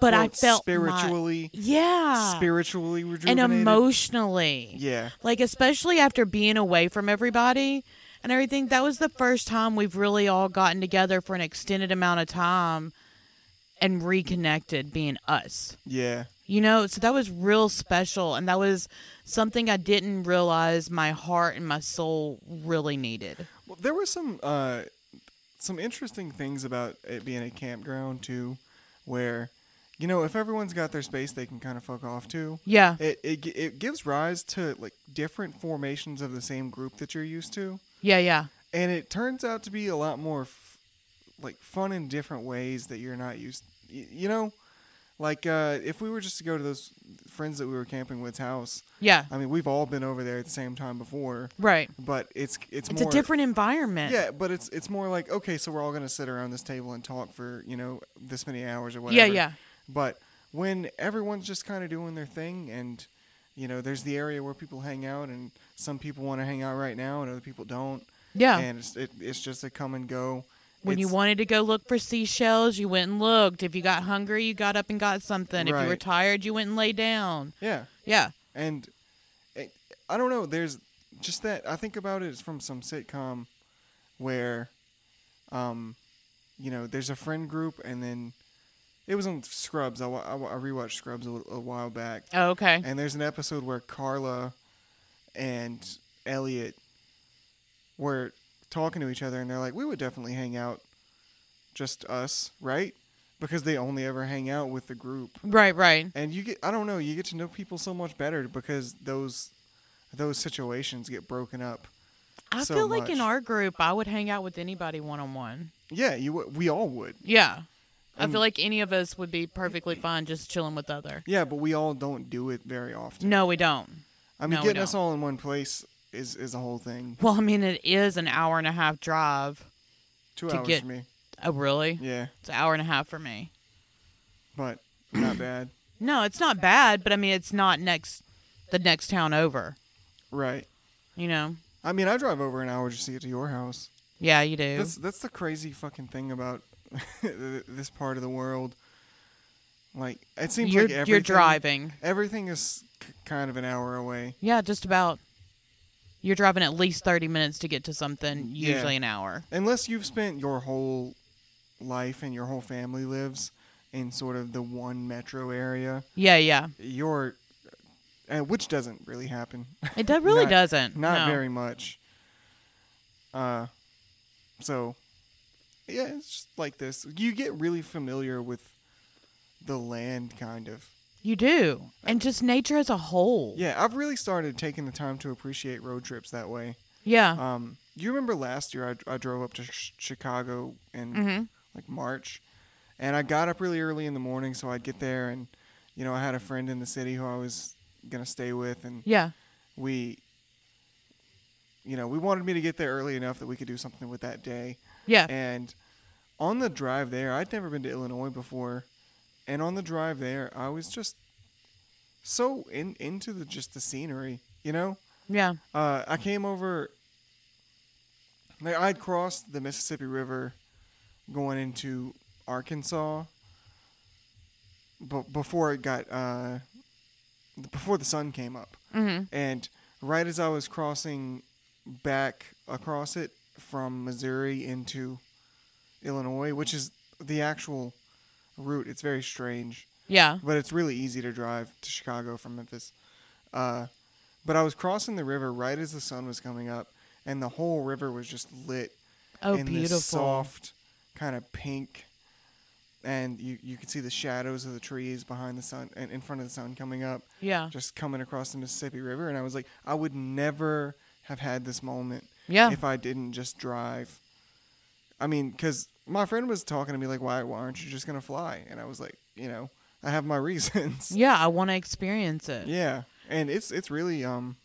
A: but I
B: quote,
A: felt my-
B: spiritually,
A: yeah,
B: spiritually
A: and
B: rejuvenated.
A: emotionally,
B: Yeah.
A: like especially after being away from everybody and everything. That was the first time we've really all gotten together for an extended amount of time and reconnected, being us.
B: Yeah.
A: You know, so that was real special, and that was something I didn't realize my heart and my soul really needed.
B: Well, there were some uh, some interesting things about it being a campground too, where, you know, if everyone's got their space, they can kind of fuck off too.
A: Yeah,
B: It, it gi- it gives rise to like different formations of the same group that you're used to,
A: yeah, yeah.
B: and it turns out to be a lot more f- like fun in different ways that you're not used. y- you know, like uh, if we were just to go to those friends that we were camping with's house,
A: Yeah.
B: I mean, we've all been over there at the same time before,
A: Right.
B: but it's it's
A: It's
B: more
A: a different environment.
B: Yeah, but it's it's more like okay, so we're all gonna sit around this table and talk for you know this many hours or
A: Yeah,
B: whatever.
A: yeah.
B: But when everyone's just kind of doing their thing, and you know, there's the area where people hang out, and some people want to hang out right now, and other people don't.
A: Yeah.
B: And it's it, it's just a come and go.
A: when you
B: It's-
A: wanted to go look for seashells, you went and looked. If you got hungry, you got up and got something. If you were
B: Right.
A: tired, you went and lay down.
B: Yeah,
A: Yeah.
B: and it, I don't know. There's just that I think about it. It's from some sitcom where, um, you know, there's a friend group, and then it was on Scrubs. I, wa- I, wa- I rewatched Scrubs a, little- a while back,
A: Oh, okay.
B: and there's an episode where Carla and Elliot were talking to each other, and they're like, "We would definitely hang out, just us, right?" Because they only ever hang out with the group
A: Right, right.
B: and you get i don't know you get to know people so much better because those those situations get broken up
A: I
B: So
A: feel like in
B: much.
A: our group, I would hang out with anybody one on one.
B: yeah you would- we all would
A: Yeah. I
B: And-
A: feel like any of us would be perfectly fine just chilling with the other.
B: yeah but we all don't do it very often
A: No, we don't.
B: i mean
A: no, we
B: getting us
A: don't.
B: all in one place is is a whole thing
A: Well, I mean, it is an hour and a half drive.
B: two
A: To
B: hours
A: get-
B: for me
A: Oh, really?
B: yeah
A: It's an hour and a half for me.
B: but not bad
A: No, it's not bad, but I mean, it's not next the next town over.
B: right
A: You know?
B: I mean, I drive over an hour just to get to your house.
A: Yeah, you do.
B: That's that's the crazy fucking thing about this part of the world. Like it seems
A: you're,
B: like everything,
A: you're driving.
B: Everything is k- kind of an hour away.
A: Yeah, just about. You're driving at least 30 minutes to get to something,
B: Yeah.
A: usually an hour.
B: unless you've spent your whole life and your whole family lives in sort of the one metro area
A: Yeah, yeah.
B: you're uh, which doesn't really happen
A: It do- really
B: Not-
A: doesn't.
B: not
A: no.
B: very much uh so yeah it's just like this you get really familiar with the land kind of
A: You do. And just nature as a whole.
B: yeah i've really started taking the time to appreciate road trips that way
A: Yeah.
B: um you remember last year i, I drove up to sh- chicago and
A: hmm
B: like March. And I got up really early in the morning so I'd get there and you know, I had a friend in the city who I was going to stay with and
A: Yeah.
B: we you know, we wanted me to get there early enough that we could do something with that day.
A: Yeah.
B: And on the drive there, I'd never been to Illinois before. And on the drive there, I was just so in into the just the scenery, you know?
A: yeah.
B: Uh, I came over. Like I'd crossed the Mississippi River, going into Arkansas. But before it got, uh, before the sun came up,
A: hmm
B: and right as I was crossing back across it from Missouri into Illinois, which is the actual route, it's very strange
A: Yeah.
B: but it's really easy to drive to Chicago from Memphis. Uh, but I was crossing the river right as the sun was coming up, and the whole river was just lit
A: Oh,
B: in
A: beautiful.
B: this soft kind of pink, and you you could see the shadows of the trees behind the sun and in front of the sun coming up,
A: yeah.
B: just coming across the Mississippi River. And I was like, I would never have had this moment
A: Yeah.
B: if I didn't just drive. I mean, because my friend was talking to me like, why, why aren't you just gonna fly? And I was like, you know, I have my reasons.
A: yeah. I want to experience it.
B: yeah, and it's it's really um,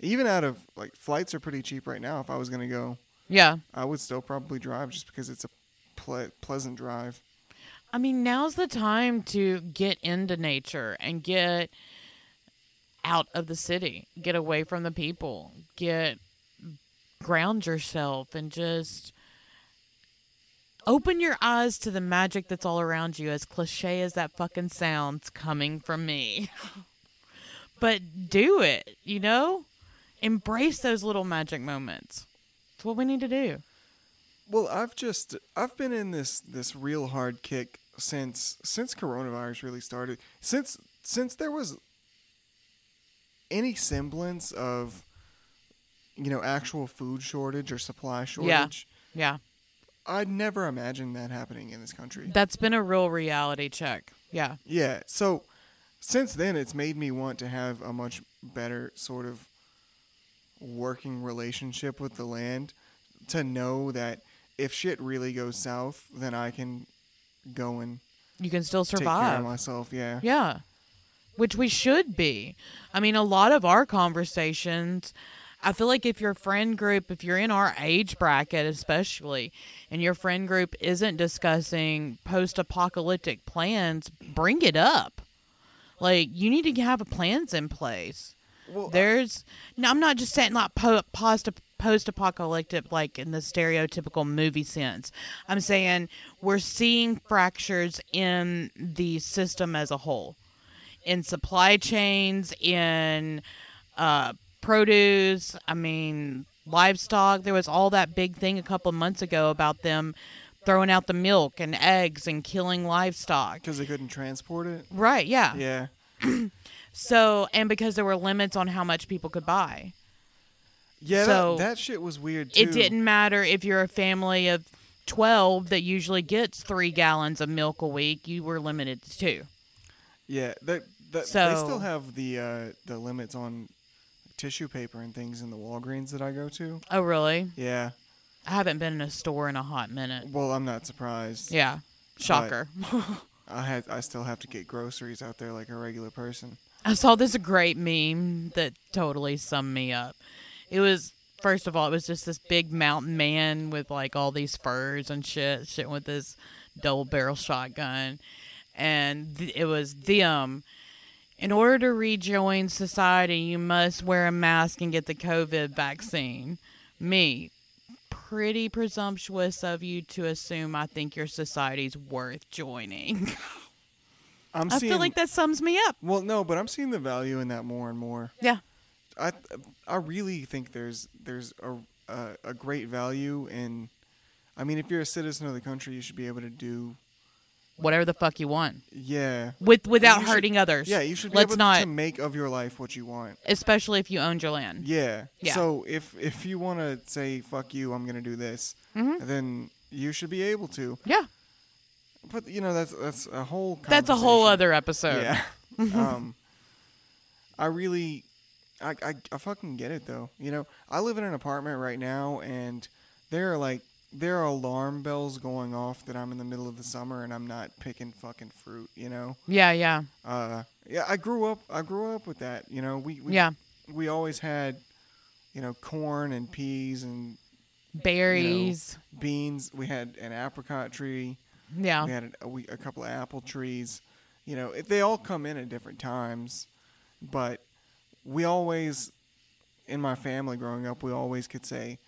B: even out of like flights are pretty cheap right now. If I was gonna go,
A: Yeah.
B: I would still probably drive just because it's a ple- pleasant drive.
A: I mean, now's the time to get into nature and get out of the city, get away from the people, get ground yourself and just open your eyes to the magic that's all around you as cliche as that fucking sounds coming from me. but do it, you know? Embrace those little magic moments. It's what we need to do.
B: Well, I've just I've been in this this real hard kick since since coronavirus really started. Since since there was any semblance of you know actual food shortage or supply shortage,
A: Yeah.
B: I'd never imagined that happening in this country.
A: That's been a real reality check. Yeah.
B: Yeah. So since then, it's made me want to have a much better sort of working relationship with the land to know that if shit really goes south, then I can go and
A: You can still
B: take care of
A: survive.
B: myself. Yeah.
A: Yeah. Which we should be. I mean, a lot of our conversations, I feel like if your friend group, if you're in our age bracket especially, and your friend group isn't discussing post apocalyptic plans, bring it up. Like, you need to have plans in place.
B: Well, I-
A: There's, no, I'm not just saying like po- post post apocalyptic like in the stereotypical movie sense. I'm saying we're seeing fractures in the system as a whole, in supply chains, in uh, produce. I mean, livestock. There was all that big thing a couple of months ago about them throwing out the milk and eggs and killing livestock.
B: Because they couldn't transport it.
A: Right? Yeah.
B: Yeah.
A: So and because there were limits on how much people could buy.
B: Yeah.
A: So-
B: that, that shit was weird too.
A: it didn't matter if you're a family of 12 that usually gets three gallons of milk a week you were limited to two
B: Yeah. That, that, they
A: So-
B: still have the uh, the limits on tissue paper and things in the Walgreens that I go to.
A: oh really
B: Yeah.
A: i haven't been in a store in a hot minute
B: Well, I'm not surprised.
A: yeah shocker
B: I had I still have to get groceries out there like a regular person.
A: I saw this great meme that totally summed me up. It was first of all, it was just this big mountain man with like all these furs and shit, shit with this double barrel shotgun, and th- it was them, In order to rejoin society, you must wear a mask and get the COVID vaccine. Me, pretty presumptuous of you to assume I think your society's worth joining.
B: I'm
A: I
B: seeing.
A: feel like that sums me up.
B: well, no, but I'm seeing the value in that more and more.
A: Yeah.
B: I I really think there's there's a a, a great value in. I mean, if you're a citizen of the country, you should be able to do.
A: Whatever the fuck you want.
B: Yeah.
A: With without
B: You should-
A: hurting others.
B: Yeah, you should be
A: Let's
B: able
A: not
B: to make of your life what you want.
A: especially if you owned your land.
B: Yeah.
A: Yeah.
B: So if if you want to say fuck you, I'm gonna do this,
A: Mhm.
B: then you should be able to.
A: Yeah.
B: But you know that's that's a whole.
A: That's a whole
B: conversation.
A: other episode.
B: Yeah. um, I really, I, I, I fucking get it though. You know, I live in an apartment right now, and there are like there are alarm bells going off that I'm in the middle of the summer and I'm not picking fucking fruit. You know.
A: Yeah, yeah.
B: Uh, yeah, I grew up. I grew up with that. You know, we, we
A: yeah.
B: we always had, you know, corn and peas and
A: Berries.
B: beans. We had an apricot tree.
A: yeah.
B: We had a, we, a couple of apple trees. You know, it, they all come in at different times, but we always, in my family growing up, we always could say,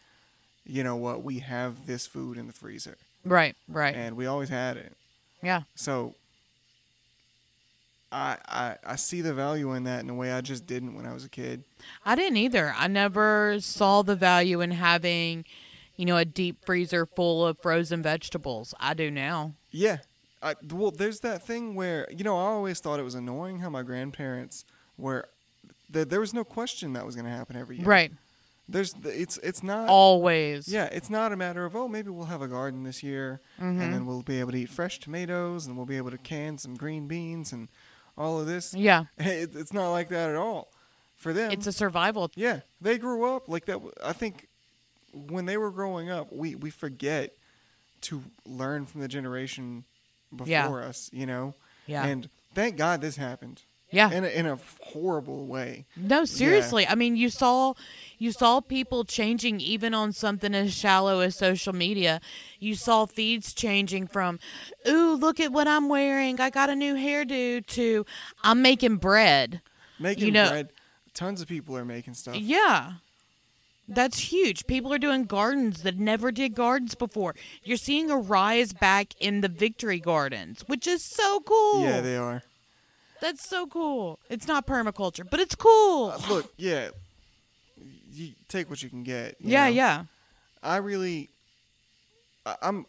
B: you know what, we have this food in the freezer,
A: Right, right.
B: and we always had it.
A: yeah.
B: So. I, I I see the value in that in a way I just didn't when I was a kid.
A: I didn't either. I never saw the value in having, you know, a deep freezer full of frozen vegetables. I do now.
B: Yeah. I, well, there's that thing where, you know, I always thought it was annoying how my grandparents were. Th- there was no question that was going to happen every year.
A: Right.
B: There's th- it's it's not
A: Always.
B: yeah, it's not a matter of oh maybe we'll have a garden this year
A: Mm-hmm.
B: and then we'll be able to eat fresh tomatoes and we'll be able to can some green beans and all of this.
A: Yeah.
B: It, it's not like that at all. For them,
A: It's a survival.
B: yeah, they grew up like that. w- I think when they were growing up, we we forget to learn from the generation before
A: Yeah.
B: us, you know.
A: Yeah.
B: And thank God this happened.
A: Yeah.
B: In a, in a horrible way.
A: No, seriously. I mean, you saw you saw people changing even on something as shallow as social media. You saw feeds changing from, "Ooh, look at what I'm wearing. I got a new hairdo." to "I'm making bread."
B: Making
A: know-
B: bread. Tons of people are making stuff.
A: Yeah. That's huge. People are doing gardens that never did gardens before. You're seeing a rise back in the victory gardens, which is so cool.
B: Yeah, they are.
A: That's so cool. It's not permaculture, but it's cool.
B: Look, yeah. You take what you can get. you
A: yeah,
B: know?
A: yeah.
B: I really, I, I'm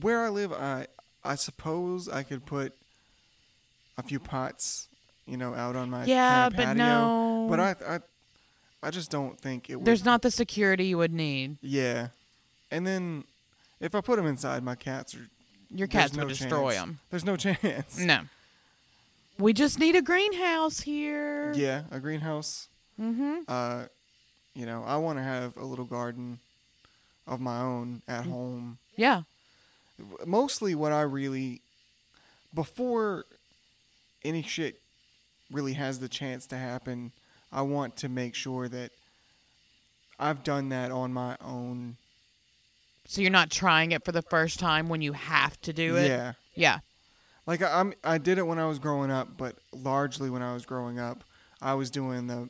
B: where I live. I I suppose I could put a few pots, you know, out on my
A: Yeah,
B: kinda
A: but
B: patio.
A: no.
B: But I I I just don't think it.
A: There's
B: would,
A: not the security you would need.
B: Yeah, and then if I put them inside, my cats are.
A: Your
B: there's
A: cats
B: no
A: would destroy
B: chance.
A: them.
B: There's no chance.
A: No. We just need a greenhouse here.
B: Yeah, a greenhouse.
A: Mm-hmm.
B: Uh, you know, I want to have a little garden of my own
A: Mm.
B: at home.
A: Yeah.
B: mostly what I really before any shit really has the chance to happen, I want to make sure that I've done that on my own.
A: So you're not trying it for the first time when you have to do it.
B: Yeah.
A: Yeah.
B: Like I, I'm I did it when I was growing up, but largely when I was growing up, I was doing the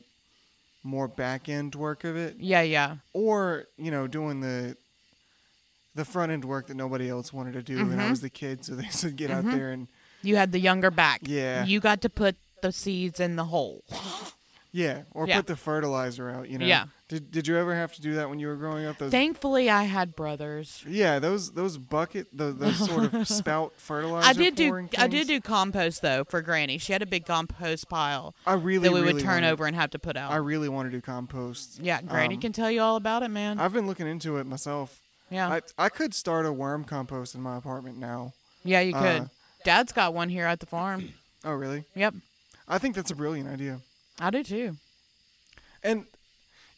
B: more back end work of it
A: Yeah. Yeah.
B: or, you know, doing the the front end work that nobody else wanted to do and
A: Mm-hmm.
B: I was the kid so they said get out there and
A: You had the younger back.
B: Yeah.
A: You got to put the seeds in the hole.
B: Yeah, or
A: Yeah.
B: put the fertilizer out. You know.
A: Yeah.
B: Did Did you ever have to do that when you were growing up? Those.
A: Thankfully, I had brothers.
B: yeah, those those bucket those, those sort of spout fertilizer.
A: I did do.
B: pouring
A: I did
B: things.
A: do compost though for Granny. She had a big compost pile
B: I really
A: that we
B: really
A: would turn
B: wanna-
A: over and have to put out.
B: I really want to do compost.
A: yeah, Granny
B: Um,
A: can tell you all about it, man.
B: I've been looking into it myself.
A: yeah.
B: I I could start a worm compost in my apartment now.
A: Yeah, you could.
B: Uh,
A: Dad's got one here at the farm.
B: Oh really?
A: Yep,
B: I think that's a brilliant idea.
A: I do too.
B: And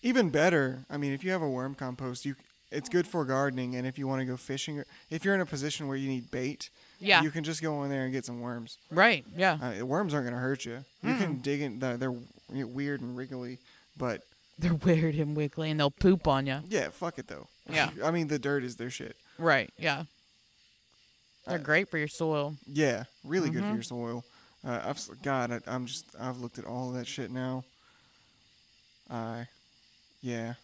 B: even better, I mean, if you have a worm compost, you it's good for gardening. And if you want to go fishing, or if you're in a position where you need bait,
A: Yeah.
B: you can just go in there and get some worms.
A: Right. Yeah.
B: Uh, worms aren't gonna hurt you. You
A: Mm.
B: can dig in. They're, they're w- weird and wriggly, but
A: They're weird and wiggly, and they'll poop on you.
B: yeah, fuck it though.
A: Yeah.
B: I mean the dirt is their shit. Uh,
A: Right. Yeah. They're great for your soil.
B: Yeah, really good for your soil. Uh, I've s- God, I, I'm just I've looked at all that shit now. I, yeah,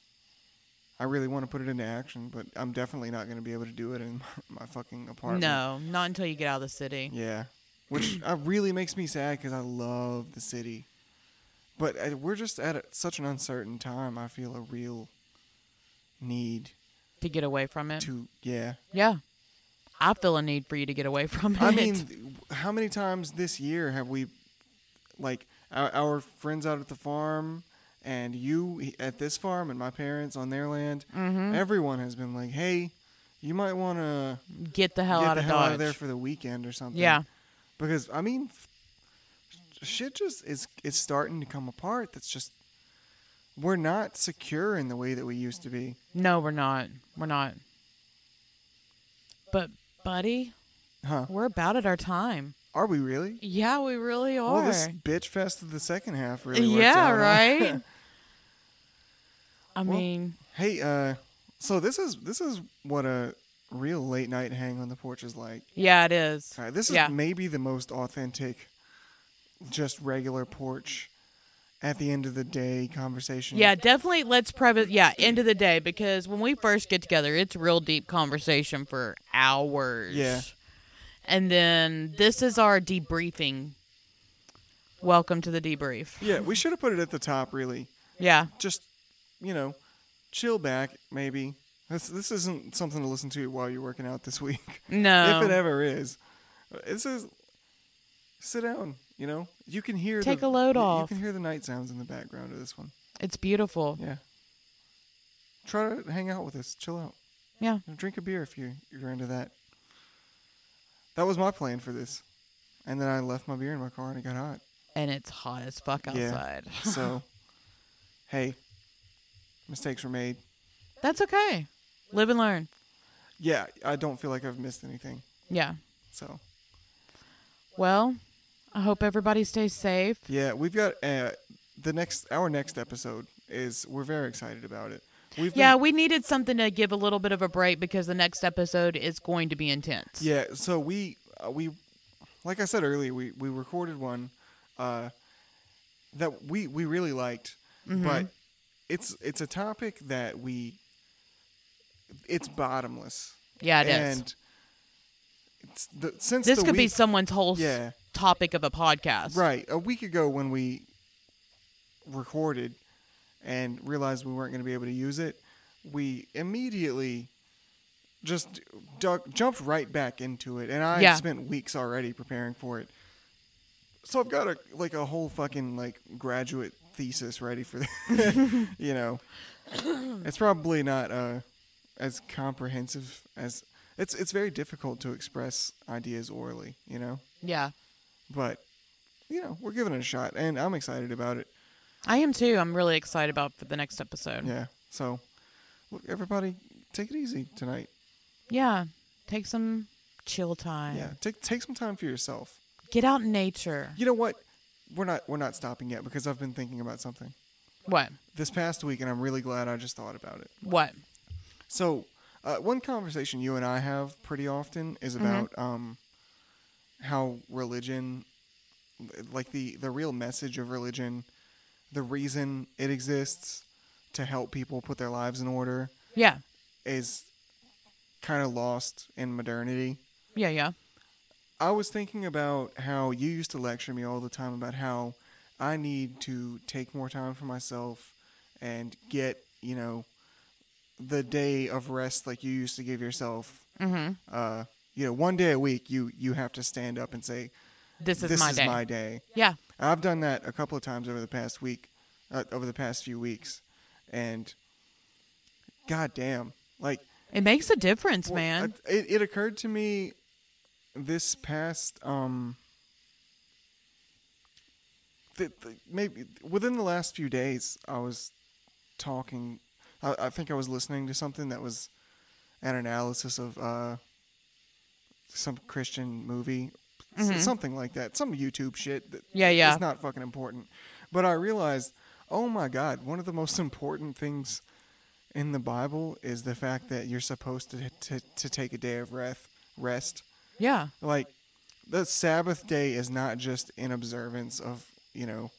B: I really want to put it into action, but I'm definitely not going to be able to do it in my, my fucking apartment.
A: No, not until you get out of the city.
B: Yeah, which uh, really makes me sad because I love the city, but uh, we're just at a, such an uncertain time. I feel a real need
A: To get away from it.
B: to yeah.
A: Yeah. I feel a need for you to get away from it.
B: I mean, th- how many times this year have we, like, our, our friends out at the farm and you he- at this farm and my parents on their land?
A: Mm-hmm.
B: Everyone has been like, "Hey, you might want to
A: get the
B: get
A: hell
B: the
A: out of
B: hell
A: Dodge.
B: out of there for the weekend or something."
A: yeah.
B: because I mean, f- shit just is is starting to come apart. That's just we're not secure in the way that we used to be.
A: No, we're not. We're not. But, buddy,
B: Huh?
A: we're about at our time.
B: Are we really?
A: Yeah, we really are.
B: Well, this bitch fest of the second half really. worked
A: yeah,
B: out, huh?
A: right? I
B: Well-
A: mean,
B: Hey, uh, so this is this is what a real late night hang on the porch is like.
A: yeah, it is.
B: Uh, this is
A: Yeah.
B: maybe the most authentic, just regular porch, at the end of the day conversation.
A: Yeah, definitely. Let's preface. Yeah, end of the day because when we first get together, it's real deep conversation for hours.
B: Yeah.
A: and then this is our debriefing. Welcome to the debrief.
B: yeah. We should have put it at the top, really.
A: Yeah,
B: Just, you know, chill back, maybe. This this isn't something to listen to while you're working out this week,
A: no.
B: if it ever is. Uh, This is sit down. You know, you can hear
A: Take
B: the,
A: a load
B: you-
A: off.
B: You can hear the night sounds in the background of this one.
A: it's beautiful.
B: Yeah. Try to hang out with us. Chill out.
A: Yeah.
B: You know, Drink a beer if you, you're into that. That was my plan for this. And then I left my beer in my car and it got hot.
A: and it's hot as fuck
B: Yeah.
A: outside.
B: So, hey, mistakes were made.
A: That's okay. Live and learn.
B: Yeah, I don't feel like I've missed anything.
A: Yeah.
B: So,
A: Well, I hope everybody stays safe.
B: yeah, we've got uh, the next, our next episode is, we're very excited about it. We've been-
A: Yeah, we needed something to give a little bit of a break because the next episode is going to be intense.
B: Yeah, so we uh, we like I said earlier, we we recorded one uh that we we really liked,
A: Mm-hmm.
B: but it's it's a topic that we it's bottomless.
A: Yeah, it is.
B: and it's the since
A: This
B: the
A: could be
B: week-
A: someone's whole s-
B: Yeah.
A: topic of a podcast.
B: right a week ago when we recorded and realized we weren't going to be able to use it, we immediately just duck, jumped right back into it, and I
A: Yeah.
B: spent weeks already preparing for it. So I've got a like a whole fucking like graduate thesis ready for that. you know, it's probably not uh, as comprehensive as it's. It's very difficult to express ideas orally. You know,
A: Yeah.
B: but you know we're giving it a shot, and I'm excited about it.
A: I am too. I'm really excited about for the next episode.
B: Yeah. So, look, everybody, take it easy tonight.
A: Yeah. Take some chill time.
B: Yeah. Take take some time for yourself.
A: Get out in nature.
B: You know what? We're not we're not stopping yet because I've been thinking about something
A: What?
B: this past week, and I'm really glad I just thought about it.
A: What?
B: So, uh, one conversation you and I have pretty often is about um, how religion, like the the real message of religion, the reason it exists to help people put their lives in order
A: Yeah.
B: is kind of lost in modernity.
A: Yeah, yeah.
B: I was thinking about how you used to lecture me all the time about how I need to take more time for myself and get, you know, the day of rest like you used to give yourself.
A: Mhm.
B: Uh, you know, one day a week you you have to stand up and say
A: This is
B: this
A: my
B: is
A: day.
B: my day.
A: yeah.
B: I've done that a couple of times over the past week, uh, over the past few weeks, and goddamn, like
A: It makes a difference,
B: well,
A: man.
B: I- It, it occurred to me this past um th- th- maybe within the last few days I was talking I, I think I was listening to something that was an analysis of uh some Christian movie s- something like that some YouTube shit that
A: Mm-hmm. Yeah, yeah.
B: is not fucking important but I realized oh my god one of the most important things in the Bible is the fact that you're supposed to to, to take a day of rest. Rest,
A: yeah.
B: like the Sabbath day is not just an observance of you know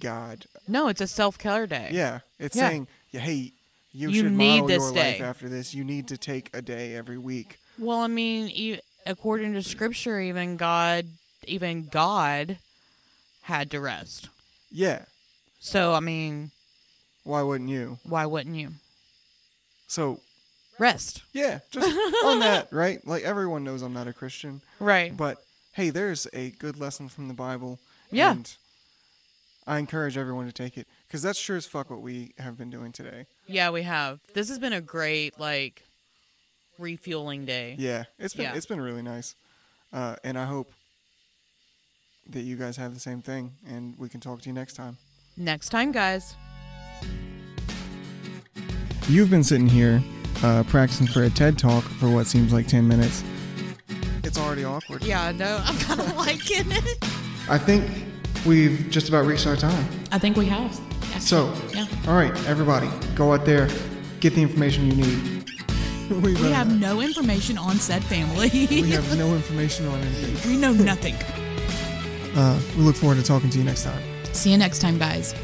B: God.
A: No, it's a self care day.
B: Yeah, it's
A: Yeah.
B: saying, yeah, hey, you,
A: You
B: should
A: need
B: model
A: this
B: your
A: day.
B: life after this. You need to take a day every week.
A: Well, I mean, e- according to scripture, even God, even God, had to rest.
B: Yeah,
A: So I mean,
B: why wouldn't you?
A: why wouldn't you
B: So
A: rest?
B: yeah, just on that, right? Like everyone knows I'm not a Christian,
A: Right.
B: but hey, there's a good lesson from the Bible.
A: Yeah.
B: And I encourage everyone to take it because that's sure as fuck what we have been doing today.
A: Yeah, we have. This has been a great like refueling day.
B: Yeah, it's been
A: Yeah.
B: it's been really nice, uh, and I hope that you guys have the same thing, and we can talk to you next time.
A: Next time, guys.
B: You've been sitting here uh, practicing for a TED talk for what seems like 10 minutes. It's already awkward.
A: Yeah, no, I'm kind of liking it.
B: I think we've just about reached our time.
A: I think we have.
B: So,
A: Yeah.
B: all right, everybody, go out there, get the information you need. We've,
C: We
B: uh,
C: have no information on said
B: we
C: family.
B: have no information on anything.
C: we know nothing.
B: Uh, we look forward to talking to you next time.
C: See you next time, guys.